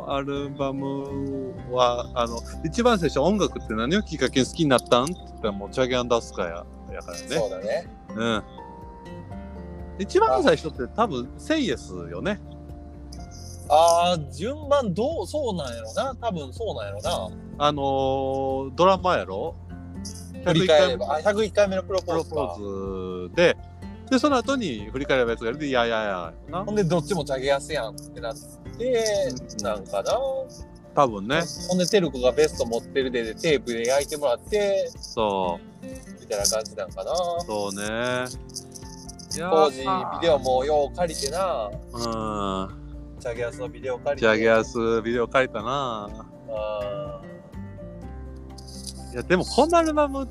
のアルバムは、あの、一番最初、音楽って何をきっかけに好きになったんって言ったら、もう、チャゲアンダースカややからそね。うだね。うん。一番最初って多分、セイエスよね。ああ、順番どう、そうなんやろな。多分そうなんやろな。あのードラマやろ振り返れ目ば。あ、101回目のプロプポーロズポか。ーズで、で、その後に振り返ればやつがいるで、いやいやいや、なほ。んで、どっちもチャゲやすやんってなって、なんかな。多分ね。ほんで、テルコがベスト持ってるで、でテープで焼いてもらって、そみたいな感じなんかな。う、そうね。いやー当時、ビデオもよう借りてな。うん。チャゲアスのビデオジ借りて。ャゲアスビデオ借りたな。あいや、でもこのアルバムっ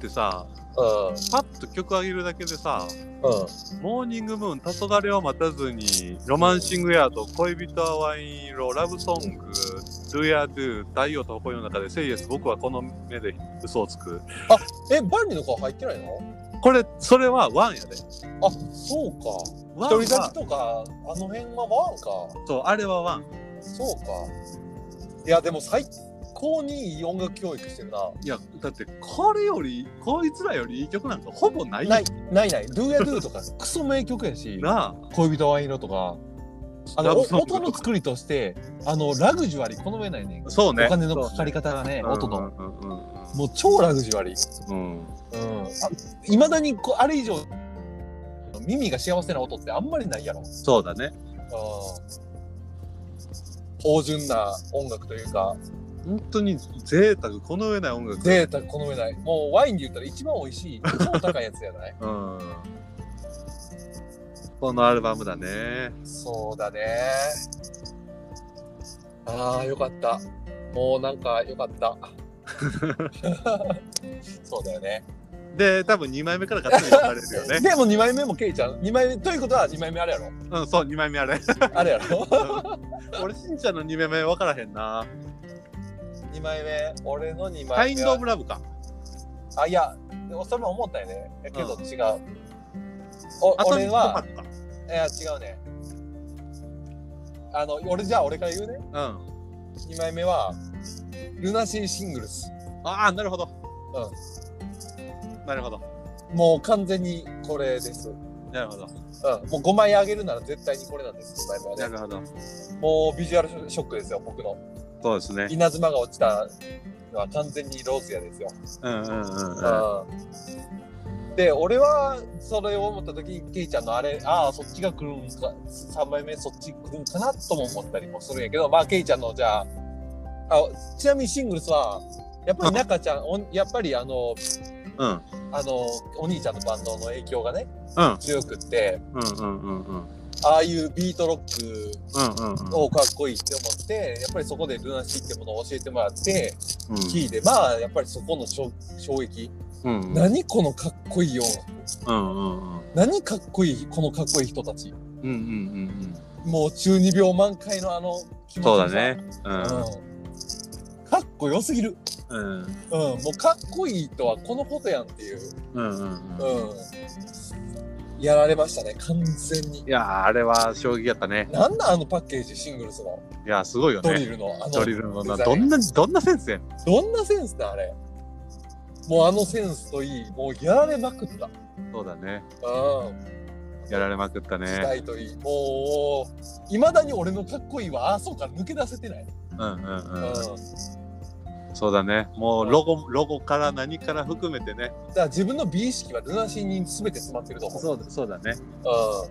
てさ、ー。うん。パッと曲上げるだけでさ、うん。モーニングムーン、黄昏を待たずに、ロマンシングヤード、恋人はワイン色、ラブソング、ルヤドゥ、太陽と誇りの中で、セイエス、僕はこの目で嘘をつく。え、バンリの顔入ってないのこれ、それはワンやで。あ、そうか。ワン独り立はち、とか、あの辺はワンか。そう、あれはワン。そうか。いや、でも最高にいい音楽教育してるな。いや、だって、これより、こいつらよりいい曲なんかほぼないよない、ないない。Do ya do とか、クソ名曲やし、な恋人は色とか、あラの、ブおソング音の作りとして、あの、ラグジュアリー、この上ないねあ。。そうおね。金のかかり方がね、音うの。んうんうんもう超ラグジュアリー。うん。うんうん。いまだにこう、あれ以上、耳が幸せな音ってあんまりないやろ。そうだね。うん。芳醇な音楽というか、本当に贅沢、この上ない音楽。贅沢この上ない。もうワインで言ったら一番美味しい、超高いやつ *laughs* やないうん。このアルバムだね。そうだね。ああ、よかった。もうなんかよか *laughs* った。そうだよね。で、多分2枚目から買って言われるよ *laughs* ね。でも2枚目もケイちゃん、2枚目、ということは2枚目 *laughs* あれやろ。うん、そう、2枚目あれ。 *laughs* あれやろ。俺、しんちゃんの2枚目分からへんな。 2枚目、俺の2カイ枚ン目ド・オは。ブ・ラブか。あ、いや、でもそれも思ったよね。けど違う。あおと俺には、か。いや、違うね。あの、俺じゃあ俺から言うね。うん。あ2枚目は、ルナシーシングルス。あー、なるほど。うん。なるほど。もう完全にこれです。うん。なるほど。もう5枚あげるなら絶対にこれなんです、2枚目なはね。るほど。もうビジュアルショックですよ、僕の。そうですね。稲妻が落ちたのは完全にローズやですよ。うんうんうんうん。うん。で、俺はそれを思った時に、ケイちゃんのあれ、ああ、そっちが来るんか、3枚目そっち来るんかなとも思ったりもするんやけど、まあ、ケイちゃんのじゃあ、あちなみにシングルスは、やっぱり中ちゃん、おんやっぱりあの、うん。あのお兄ちゃんのバンドの影響がね、うん強くってうんうんうんうん。ああいうビートロッうんうんうん。クをかっこいいって思ってやっぱりそこでルナシーってものを教えてもらってうん聞いてまあやっぱりそこの衝衝撃、うんうん何このかっこいい音楽うんうんうん。何かっこいいこのかっこいい人たちうんうんうんもう中二病満開のあの気うん。持ちそうださね。ううんん。かっこよすぎる、うんうん、もうかっこいいとはこのことやんっていう、うんうんうん。うん、やられましたね完全にいやー、あれは衝撃やったね。なんだあのパッケージシングルスのいやー、すごいよドリね。ルのあのドリルのな、デザどインんな、どんなセンスやねん。どんなセンスだあれもうあのセンスといいもうやられまくったそうだね。うんやられまくった時ね。代といいもういまだに俺のかっこいいはああそうか抜け出せてない、うんうんうう、んだん。かそうだね。もうロゴ、ロゴから何から含めてね。ら自分の美意識はルナシーに全て詰まってると思うそうだ、そうだね。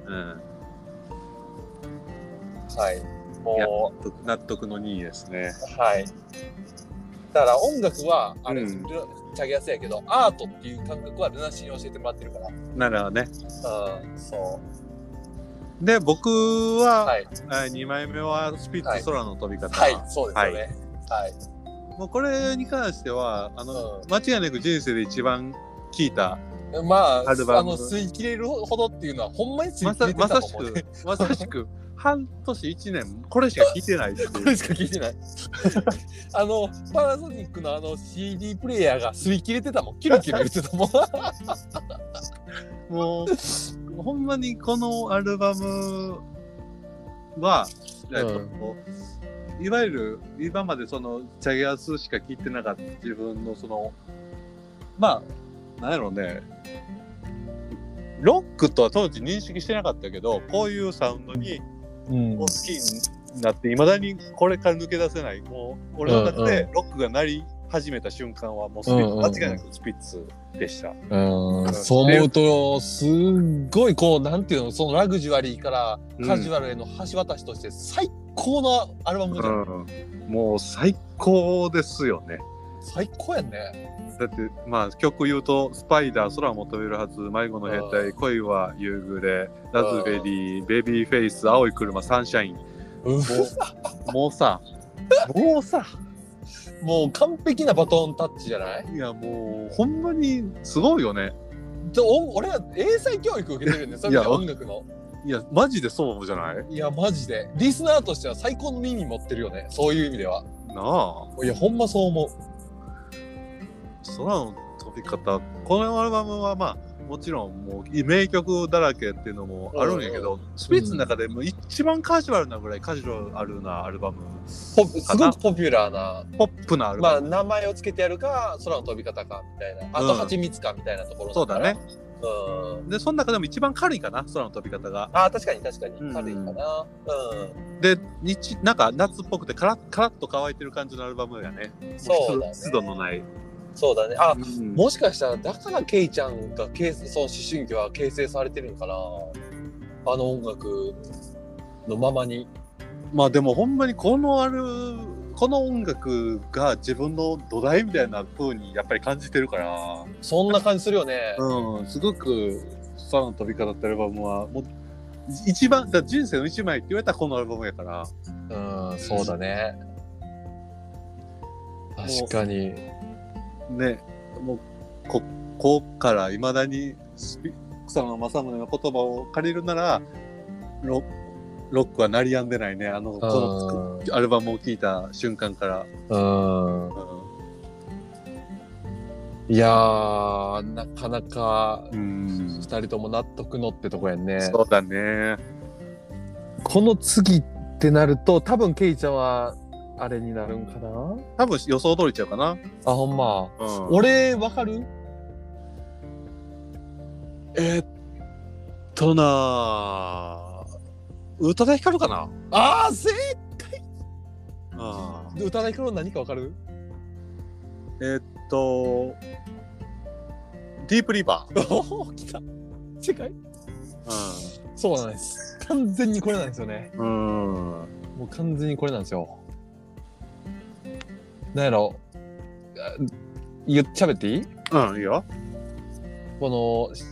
ううん。んはいも納得の2位ですね。うはいだから音楽はあれ、うんルナチャゲやすやけどアートっていう感覚はルナシーに教えてもらってるからなるほどね。うんそうで、僕は、はい、はい、2枚目はスピッツ空の飛び方。はい、そうですよね。はい。もうこれに関しては、あの、う間違いなく人生で一番聴い *laughs* た、まあ、アルバあムの、吸い切れるほどっていうのは、ほんまに吸まい切されてまたさとし思う、ね。く、まさしく、半年1年、これしか聴いてないっていこうれしか聞いてない。 *laughs* あの、パナソニックのあの CD プレイヤーが吸い切れてたもん。キラキラ言ってたもん。もう、ほんまにこのアルバムは、んえっといわゆる今までそのチャゲアスしか聞いてなかった自分のその、まあ、なんやろうね、ロックとは当時認識してなかったけど、こういうサウンドにうん *laughs* もう好きになって、いまだにこれから抜け出せない、もう俺の中でロックが鳴り始めた瞬間は、もうスピッツ、うんうんうん間違いなくスピッツでした。うんそう思うと、すっごいこう、なんていうの、そのラグジュアリーからうんカジュアルへの橋渡しとして最高のアルバムじゃん。うん、もう最高ですよね。最高やんね。だってまあ曲言うと「スパイダー空を求めるはず迷子の兵隊恋は夕暮れラズベリーベビーフェイス青い車サンシャイン」もうんうもうさもうさ *laughs* もう完璧なバトンタッチじゃないいやもうほんまにすごいよねちょお俺は英才教育受けてるよね、それいや音楽の。いやマジでそうじゃないいや、マジで。リスナーとしては最高の耳持ってるよね、そういう意味では。なあいや、ほんまそう思う。空の飛び方このアルバムはまあもちろんもう名曲だらけっていうのもあるんやけど、スピッツの中でも一番カジュアルなぐらいカジュアルなアルバムポすごくポピュラーな。ポップなアルまバあ、ム、名前をつけてやるか、空の飛び方か、みたいな。あうと、ん蜂蜜か、みたいなところそうだね。うん。でその中でも一番軽いかな空の飛び方があー確かに確かにうん軽いかなうん、で日なんか夏っぽくてカラッカラッと乾いてる感じのアルバムやねそうだね湿度のない、そうだねあうんもしかしたらだからケイちゃんがけいその思春期は形成されてるのかなあの音楽のままにまあでもほんまにこのあるこの音楽が自分の土台みたいな風にやっぱり感じてるからそんな感じするよね、うんすごく「空の飛び方」ってアルバムはもう一番だから人生の一枚って言われたらこのアルバムやからうん、そうだね確かにねもうここからいまだにスピ草野正宗の言葉を借りるならロロックは鳴りやんでないねあのこのアルバムを聴いた瞬間から、うんうんいやーなかなかうん2人とも納得のってとこやんねそうだねこの次ってなると多分ケイちゃんはあれになるんかな多分予想通りちゃうかな、あほんまうん俺わかるえーっとな宇多田ヒカルかなあーせあー歌いの何かわかる *laughs* えーっとディープリバー、おお来た世界そうなんです完全にこれなんですよねうんうんもう完全にこれなんですよなんやろあ言っちゃべっていいうんいいよこのし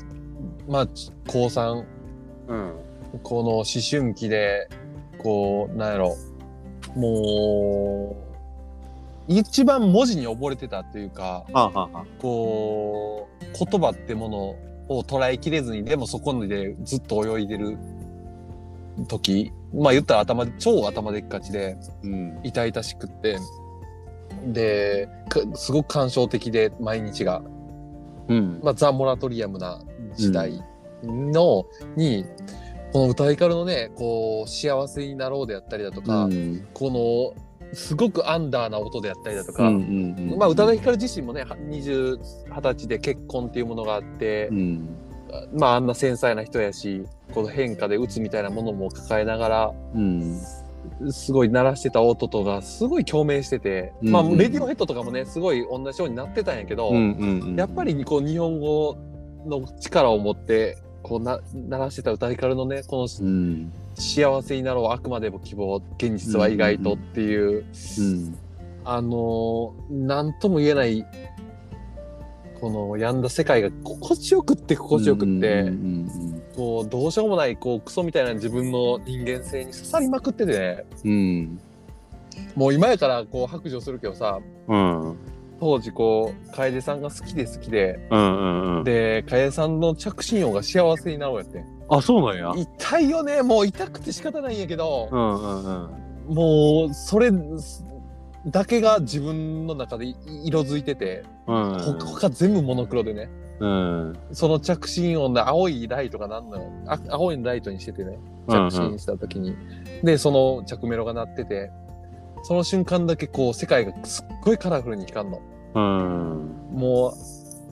まあち高3うんこの思春期で、こう、なんやろ、もう、一番文字に溺れてたっていうか、はあはあはあこう、言葉ってものを捉えきれずに、でもそこでずっと泳いでる時、まあ言ったら頭で、超頭でっかちで、うん痛々しくって、で、かすごく感傷的で、毎日が。うんまあ、ザ・モラトリアムな時代の、に、この歌いからのね、こう、幸せになろうであったりだとか、うんこの、すごくアンダーな音であったりだとうか、んうんまあ、宇多田ヒカル自身もね、は20、20歳で結婚っていうものがあってう、んまあ、あんな繊細な人やし、この変化で打つみたいなものも抱えながうんら、すごい鳴らしてた音とか、すごい共鳴してて、うんまあ、レディオヘッドとかもね、すごい同じようになってたんやけど、うんうんうんやっぱりこう日本語の力を持ってこうな鳴らしてた歌いからのねこうのん幸せになろうあくまでも希望現実は意外とっていう、うんあの何とも言えないこの病んだ世界が心地よくって心地よくって、うんこうどうしようもないこうクソみたいな自分の人間性に刺さりまくっててねうんもう今やからこう白状するけどさうんうん当時こう楓さんが好きで好きでうんうんで楓さんの着信音が幸せになろうやってあそうなんや痛いよねもう痛くて仕方ないんやけどう、んうんうんもうそれだけが自分の中でい色づいてて、うんほ他全部モノクロでねうんその着信音で青いライトがなんのよあ青いライトにしててね着信した時に、でその着メロが鳴っててその瞬間だけこう世界がすっごいカラフルに光るのうんもう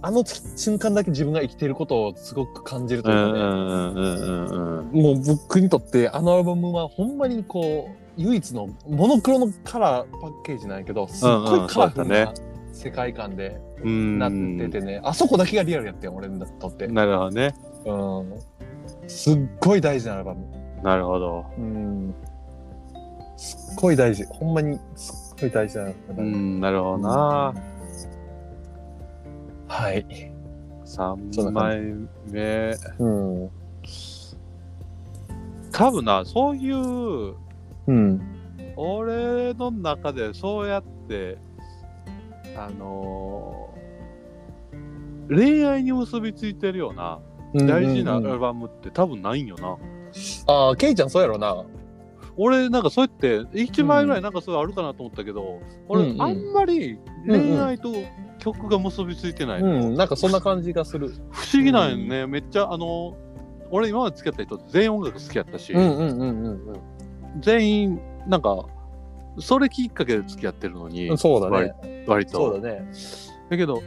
あの瞬間だけ自分が生きてることをすごく感じるとういんううかね、んうんうんもう僕にとってあのアルバムはほんまにこう唯一のモノクロのカラーパッケージなんやけどすっごいカラフルうんうんそうだな世界観でうんなっててね、あそこだけがリアルやってん俺にとって、なるほどねうん、すっごい大事なアルバムなるほどうんすっごい大事。ほんまにすっごい大事なのかうな。んなるほどなはい。 3枚目うん。多分なそういううん。俺の中でそうやってあのー恋愛に結びついてるような大事なアうんうんうルんバムって多分ないんよな、ああ、ケイちゃんそうやろな。俺なんかそうやって1枚ぐらいなんかそういうのあるかなと思ったけど、俺うんうんあんまり恋愛と曲が結びついてない、うん。なんかそんな感じがする。不思議なんよね、めっちゃあの俺今まで付き合った人全員音楽好きやったし、うんうんうん全員なんかそれきっかけで付き合ってるのに、うん。そうだね。割とそうだね。だけど、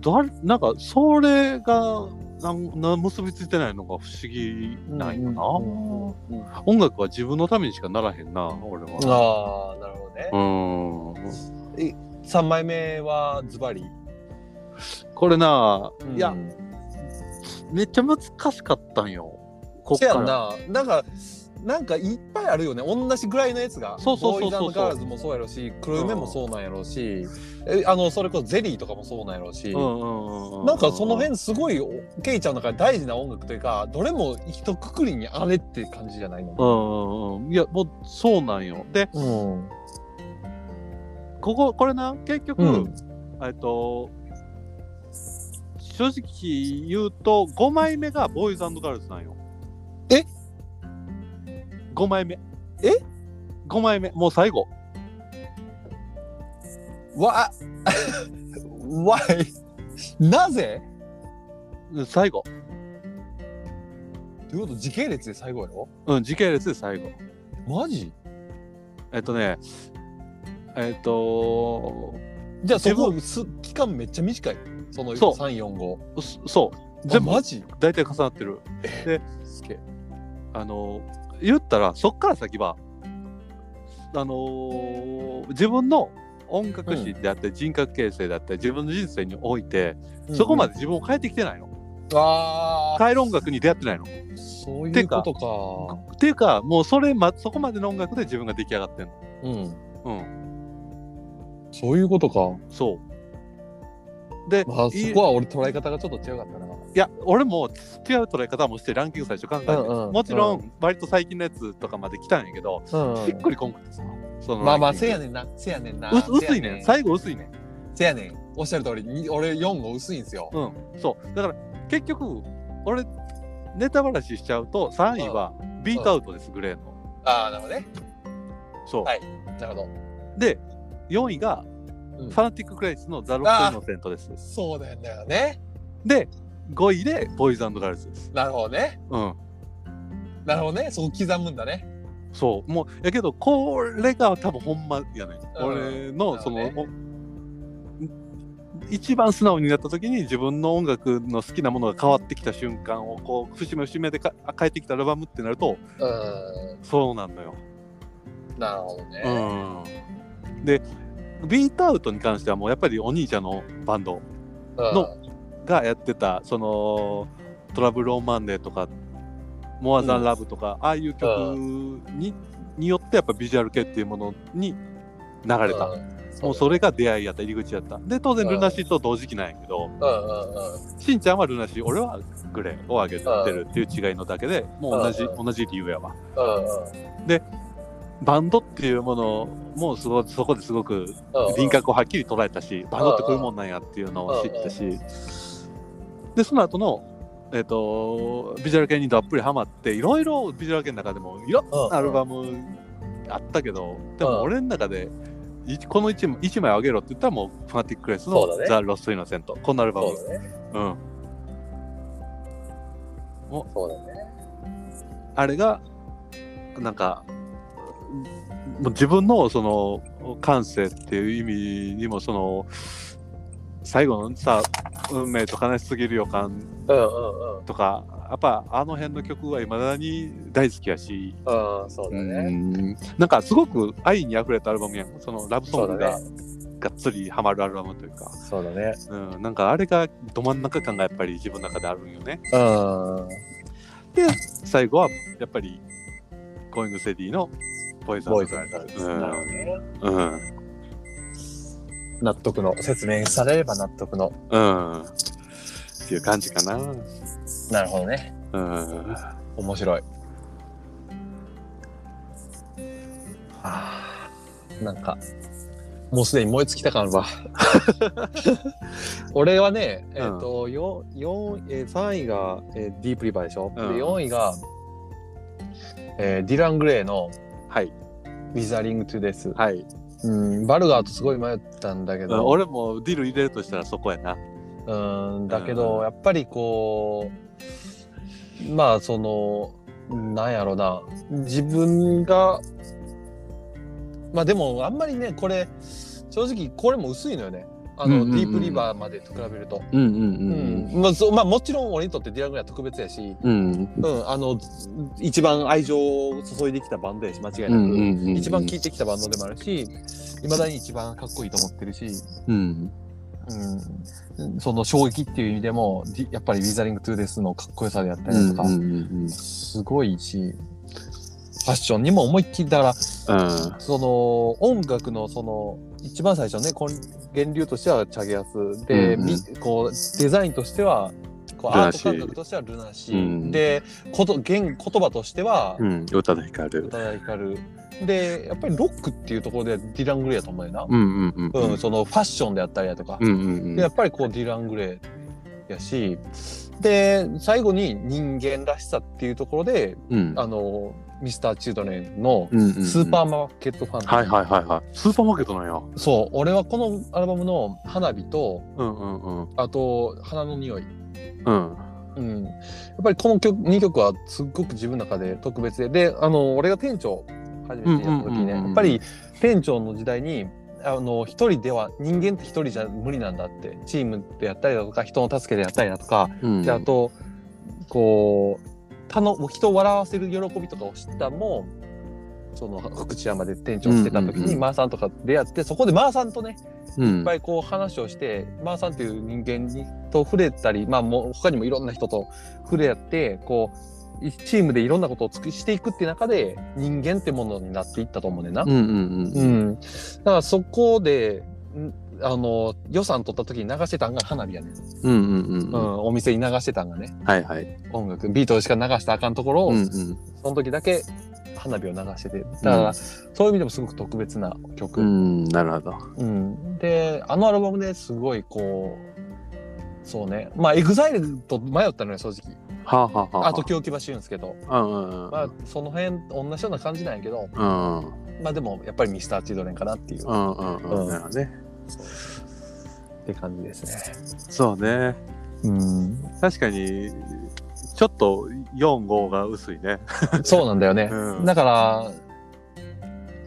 だなんか、それがなんな結びついてないのが不思議なんよな。うんうんうんうん音楽は自分のためにしかならへんな、俺は。ああ、なるほどう。ねん。三枚目はズバリ。これな、いやう、んめっちゃ難しかったんよ。こっせかやら。な。なんか、なんかいっぱいあるよね。同じぐらいのやつが。そうそうそうそうそうボーイズガールズもそうやろし、黒夢もそうなんやろうし、えあの、それこそゼリーとかもそうなんやろうし。うんうんうん、なんかその辺すごいおケイちゃんの中で大事な音楽というかどれも一括りにあれって感じじゃないのうんうんうんいやもうそうなんよでうんこここれな結局、うんえっと正直言うと5枚目がボーイズガールズなんよえ ?5 枚目え ?5 枚目もう最後わ *laughs* わいなぜうん最後ということ時系列で最後やろうん時系列で最後マジえっとねえっとじゃあそ自分こす期間めっちゃ短いそのそう345そそうあ全部マジ大体重なってるすげえあの言ったらそっから先はあの自分の音楽史であって人格形成であって自分の人生において、そこまで自分を変えてきてないのああ変える音楽に出会ってないの。っそういてうかことかていうかもうそれ、ま、そこまでの音楽で自分が出来上がってんの。うんうんそういうことかそうで、まあいそこは俺捉え方がちょっと違かったないや俺も違う捉え方もしてランキング最初考えて、うんうんもちろん、割と最近のやつとかまで来たんやけど、うんしっくりこんくてさそのまあまあランキせングやねんなせやねんなう薄いせやねん最後薄いねん。せやねん。おっしゃる通り、に俺4号薄いんですよ。うん、そう。だから、結局、俺、ネタばらししちゃうと、3位はビートアウトです、グレーの。ああ、なるほどね。そう。はいなるほど。で、4位が、うんファナティック・クレイスのザ・ロック・イノセントです。そうだよね。で、5位で、ボーイズガールズです。なるほどね。うん。なるほどね。そう刻むんだね。そう。もう、やけど、これが多分ほんまやね、うんん。俺の、その、なるお一番素直になった時に自分の音楽の好きなものが変わってきた瞬間をこう節目節目でか変えてきたアルバムってなるとうーそうなんだよ。ん。なるほどね。うんでビートアウトに関してはもうやっぱりお兄ちゃんのバンドうんのがやってたそのトラブル・オン・マンデーとか「モア・ザ・ラブ」とか、ああいう曲に,、によってやっぱビジュアル系っていうものに流れたうんもうそれが出会いやった、入り口やった。で、当然、ルナシーと同時期なんやけど、うんうんうんしんちゃんはルナシー、俺はグレーをあげてるっていう違いのだけで、もう同じ、同じ理由やわ。うんバンドっていうものもすごそこですごくうん輪郭をはっきり捉えたし、バンドってこういうもんなんやっていうのを知ったし、で、その後の、えっとビジュアル系にどっぷりハマっていろいろビジュアル系の中でもいろんうんアルバムあったけど、でも俺の中で、いこの 1, 一枚あげろって言ったらもうファナティック・レスのそうだ「ねザ・ロスト・イノセント」このアルバムそうだねうん、そうだねあれがなんかもう自分のその感性っていう意味にもその最後のさ「運命と悲しすぎる予感うんうんうん」とかやっぱあの辺の曲はいまだに大好きやし、うんそうだうねんなんかすごく愛にあふれたアルバムやんそのラブソングそがうがっつりハマるアルバムというかそうだねう、ん、なんかあれがど真ん中感がやっぱり自分の中であるんよね。うんで最後はやっぱり「ゴーイングセディ」の「ボーイズボーイズアなンんドだガールズなるほどねうん納得の説明されれば納得のうんっていう感じかななるほどねうん面白いあーなんかもうすでに燃え尽きた感あるわ *laughs* 俺はねえっ、と、よよんえー、3位が、えーディープリバーでしょ、うんで4位が、えーディラン・グレイのはい「ウィザリング・トゥ・デスはい」うんバルガーとすごい迷ったんだけうんど、俺もディル入れるとしたらそこやなうんだけうどんやっぱりこうまあそのなんやろな自分がまあでもあんまりねこれ正直これも薄いのよねあの、うんうんうんディープリバーまでと比べると、うんううんまあそうまあ、もちろん俺にとってディラグは特別やし、うんうんうん、あの一番愛情を注いできたバンドやし間違いなく、ん一番聴いてきたバンドでもあるしいまだに一番かっこいいと思ってるし、うんうん、その衝撃っていう意味でもディやっぱり「ウィザリング・トゥ・デス」のかっこよさであったりとか、んすごいしファッションにも思いっきりだからその音楽のその一番最初のね根源流としてはチャゲアスで、うんうんみこうデザインとしてはこうルアナーシート感覚としてはルナシー、うんでこと言言葉としてはうん宇多田ヒカル宇多田ヒカルでやっぱりロックっていうところでディラン・グレイやと思うよな、うんうんうんうんそのファッションであったりだとか、うんうんでやっぱりこうディラン・グレーやしで最後に人間らしさっていうところでうんあのミスター・チルドレンのうんスーパーマーケットファンタジー、はいはいはいはいスーパーマーケットなんやそう俺はこのアルバムの「花火とうんうんうん」あと「花の匂い」うんうん、やっぱりこの曲2曲はすっごく自分の中で特別でであの俺が店長初めてやった時うんうんうんねうんうんやっぱり店長の時代にあの一人では人間って一人じゃ無理なんだってチームでやったりだとか人の助けでやったりだとかうんであとこう他のもう人を笑わせる喜びとかを知ったもその福知山で店長してた時うんうんうにんマーさんとか出会ってそこでマーさんとねういっんぱいこう話をしてマーさんっていう人間にと触れたりまあもう他にもいろんな人と触れ合ってこういチームでいろんなことをつくしていくって中で人間ってものになっていったと思うねんな。うんうんううんん、だからそこでんあの予算取った時に流してたんが花火やねん、うんうんううんん、お店に流してたんがねはいはい音楽ビートしか流したらあかんところを、うんその時だけ花火を流しててだから、うんそういう意味でもすごく特別な曲、ううんんなるほどであのアルバムねすごいこうそうねまあエグザイルと迷ったのよ正直はあはあはああと京木場俊介と、うんまあ、その辺同じような感じなんやけどうんうんまあでもやっぱりミスター・チルドレンかなっていう、うんうんうんなるほどねって感じですねそうねうん確かにちょっと45が薄いねそうなんだよね、うんだから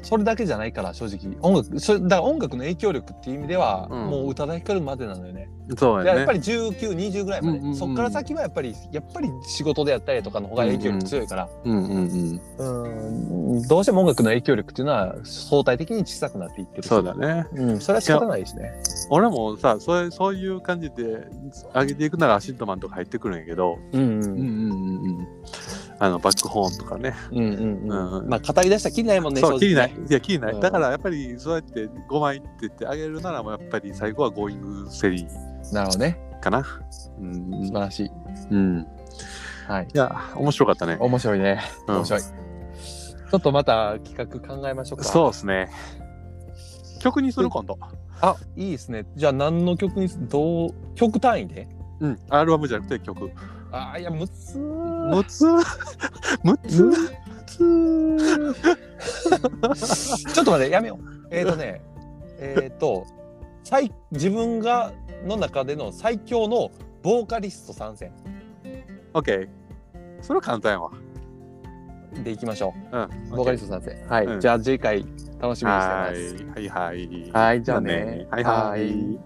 それだけじゃないから正直音楽それだから音楽の影響力っていう意味では、うんもう宇多田ヒカルまでなのよねそうでやねやっぱり1920ぐらいまで、うんうんうんそっから先はやっぱりやっぱり仕事でやったりとかの方が影響力強いから、うんうんうんうんどうしても音楽の影響力っていうのは相対的に小さくなっていってるしそうだ、ねうん、それは仕方ないですね俺もさそれそういう感じで上げていくならアシッドマンとか入ってくるんやけどうんううんうんんうんうんあのバックホーンとかね。うんうんうん。うんまあ、語り出したらきりないもんね、そう、正切り直なねい。いや、切りなうんい。だからやっぱり、そうやって5枚って言ってあげるなら、もうやっぱり最後はゴーイングセリーなるほどね。かな。うん素晴。らしい。うん。はい。いや、面白かったね。面白いね。うん面白い。ちょっとまた企画考えましょうか。そうですね。曲にする今度。あ、いいですね。じゃあ何の曲にす、どう、曲単位でうん。アルバムじゃなくて曲。あーいや、むつーむつ *laughs* むつむつー *laughs* ちょっと待って、やめよう。えっ、ー、とね、えっ、ー、と、最、自分が、の中での最強のボーカリスト参戦オッケー。それは簡単やわ。でいきましょう。うん。ボーカリスト参戦。はい。うんじゃあ次回楽しみにしてます。はいはいはい。はいじゃあねはいははいい。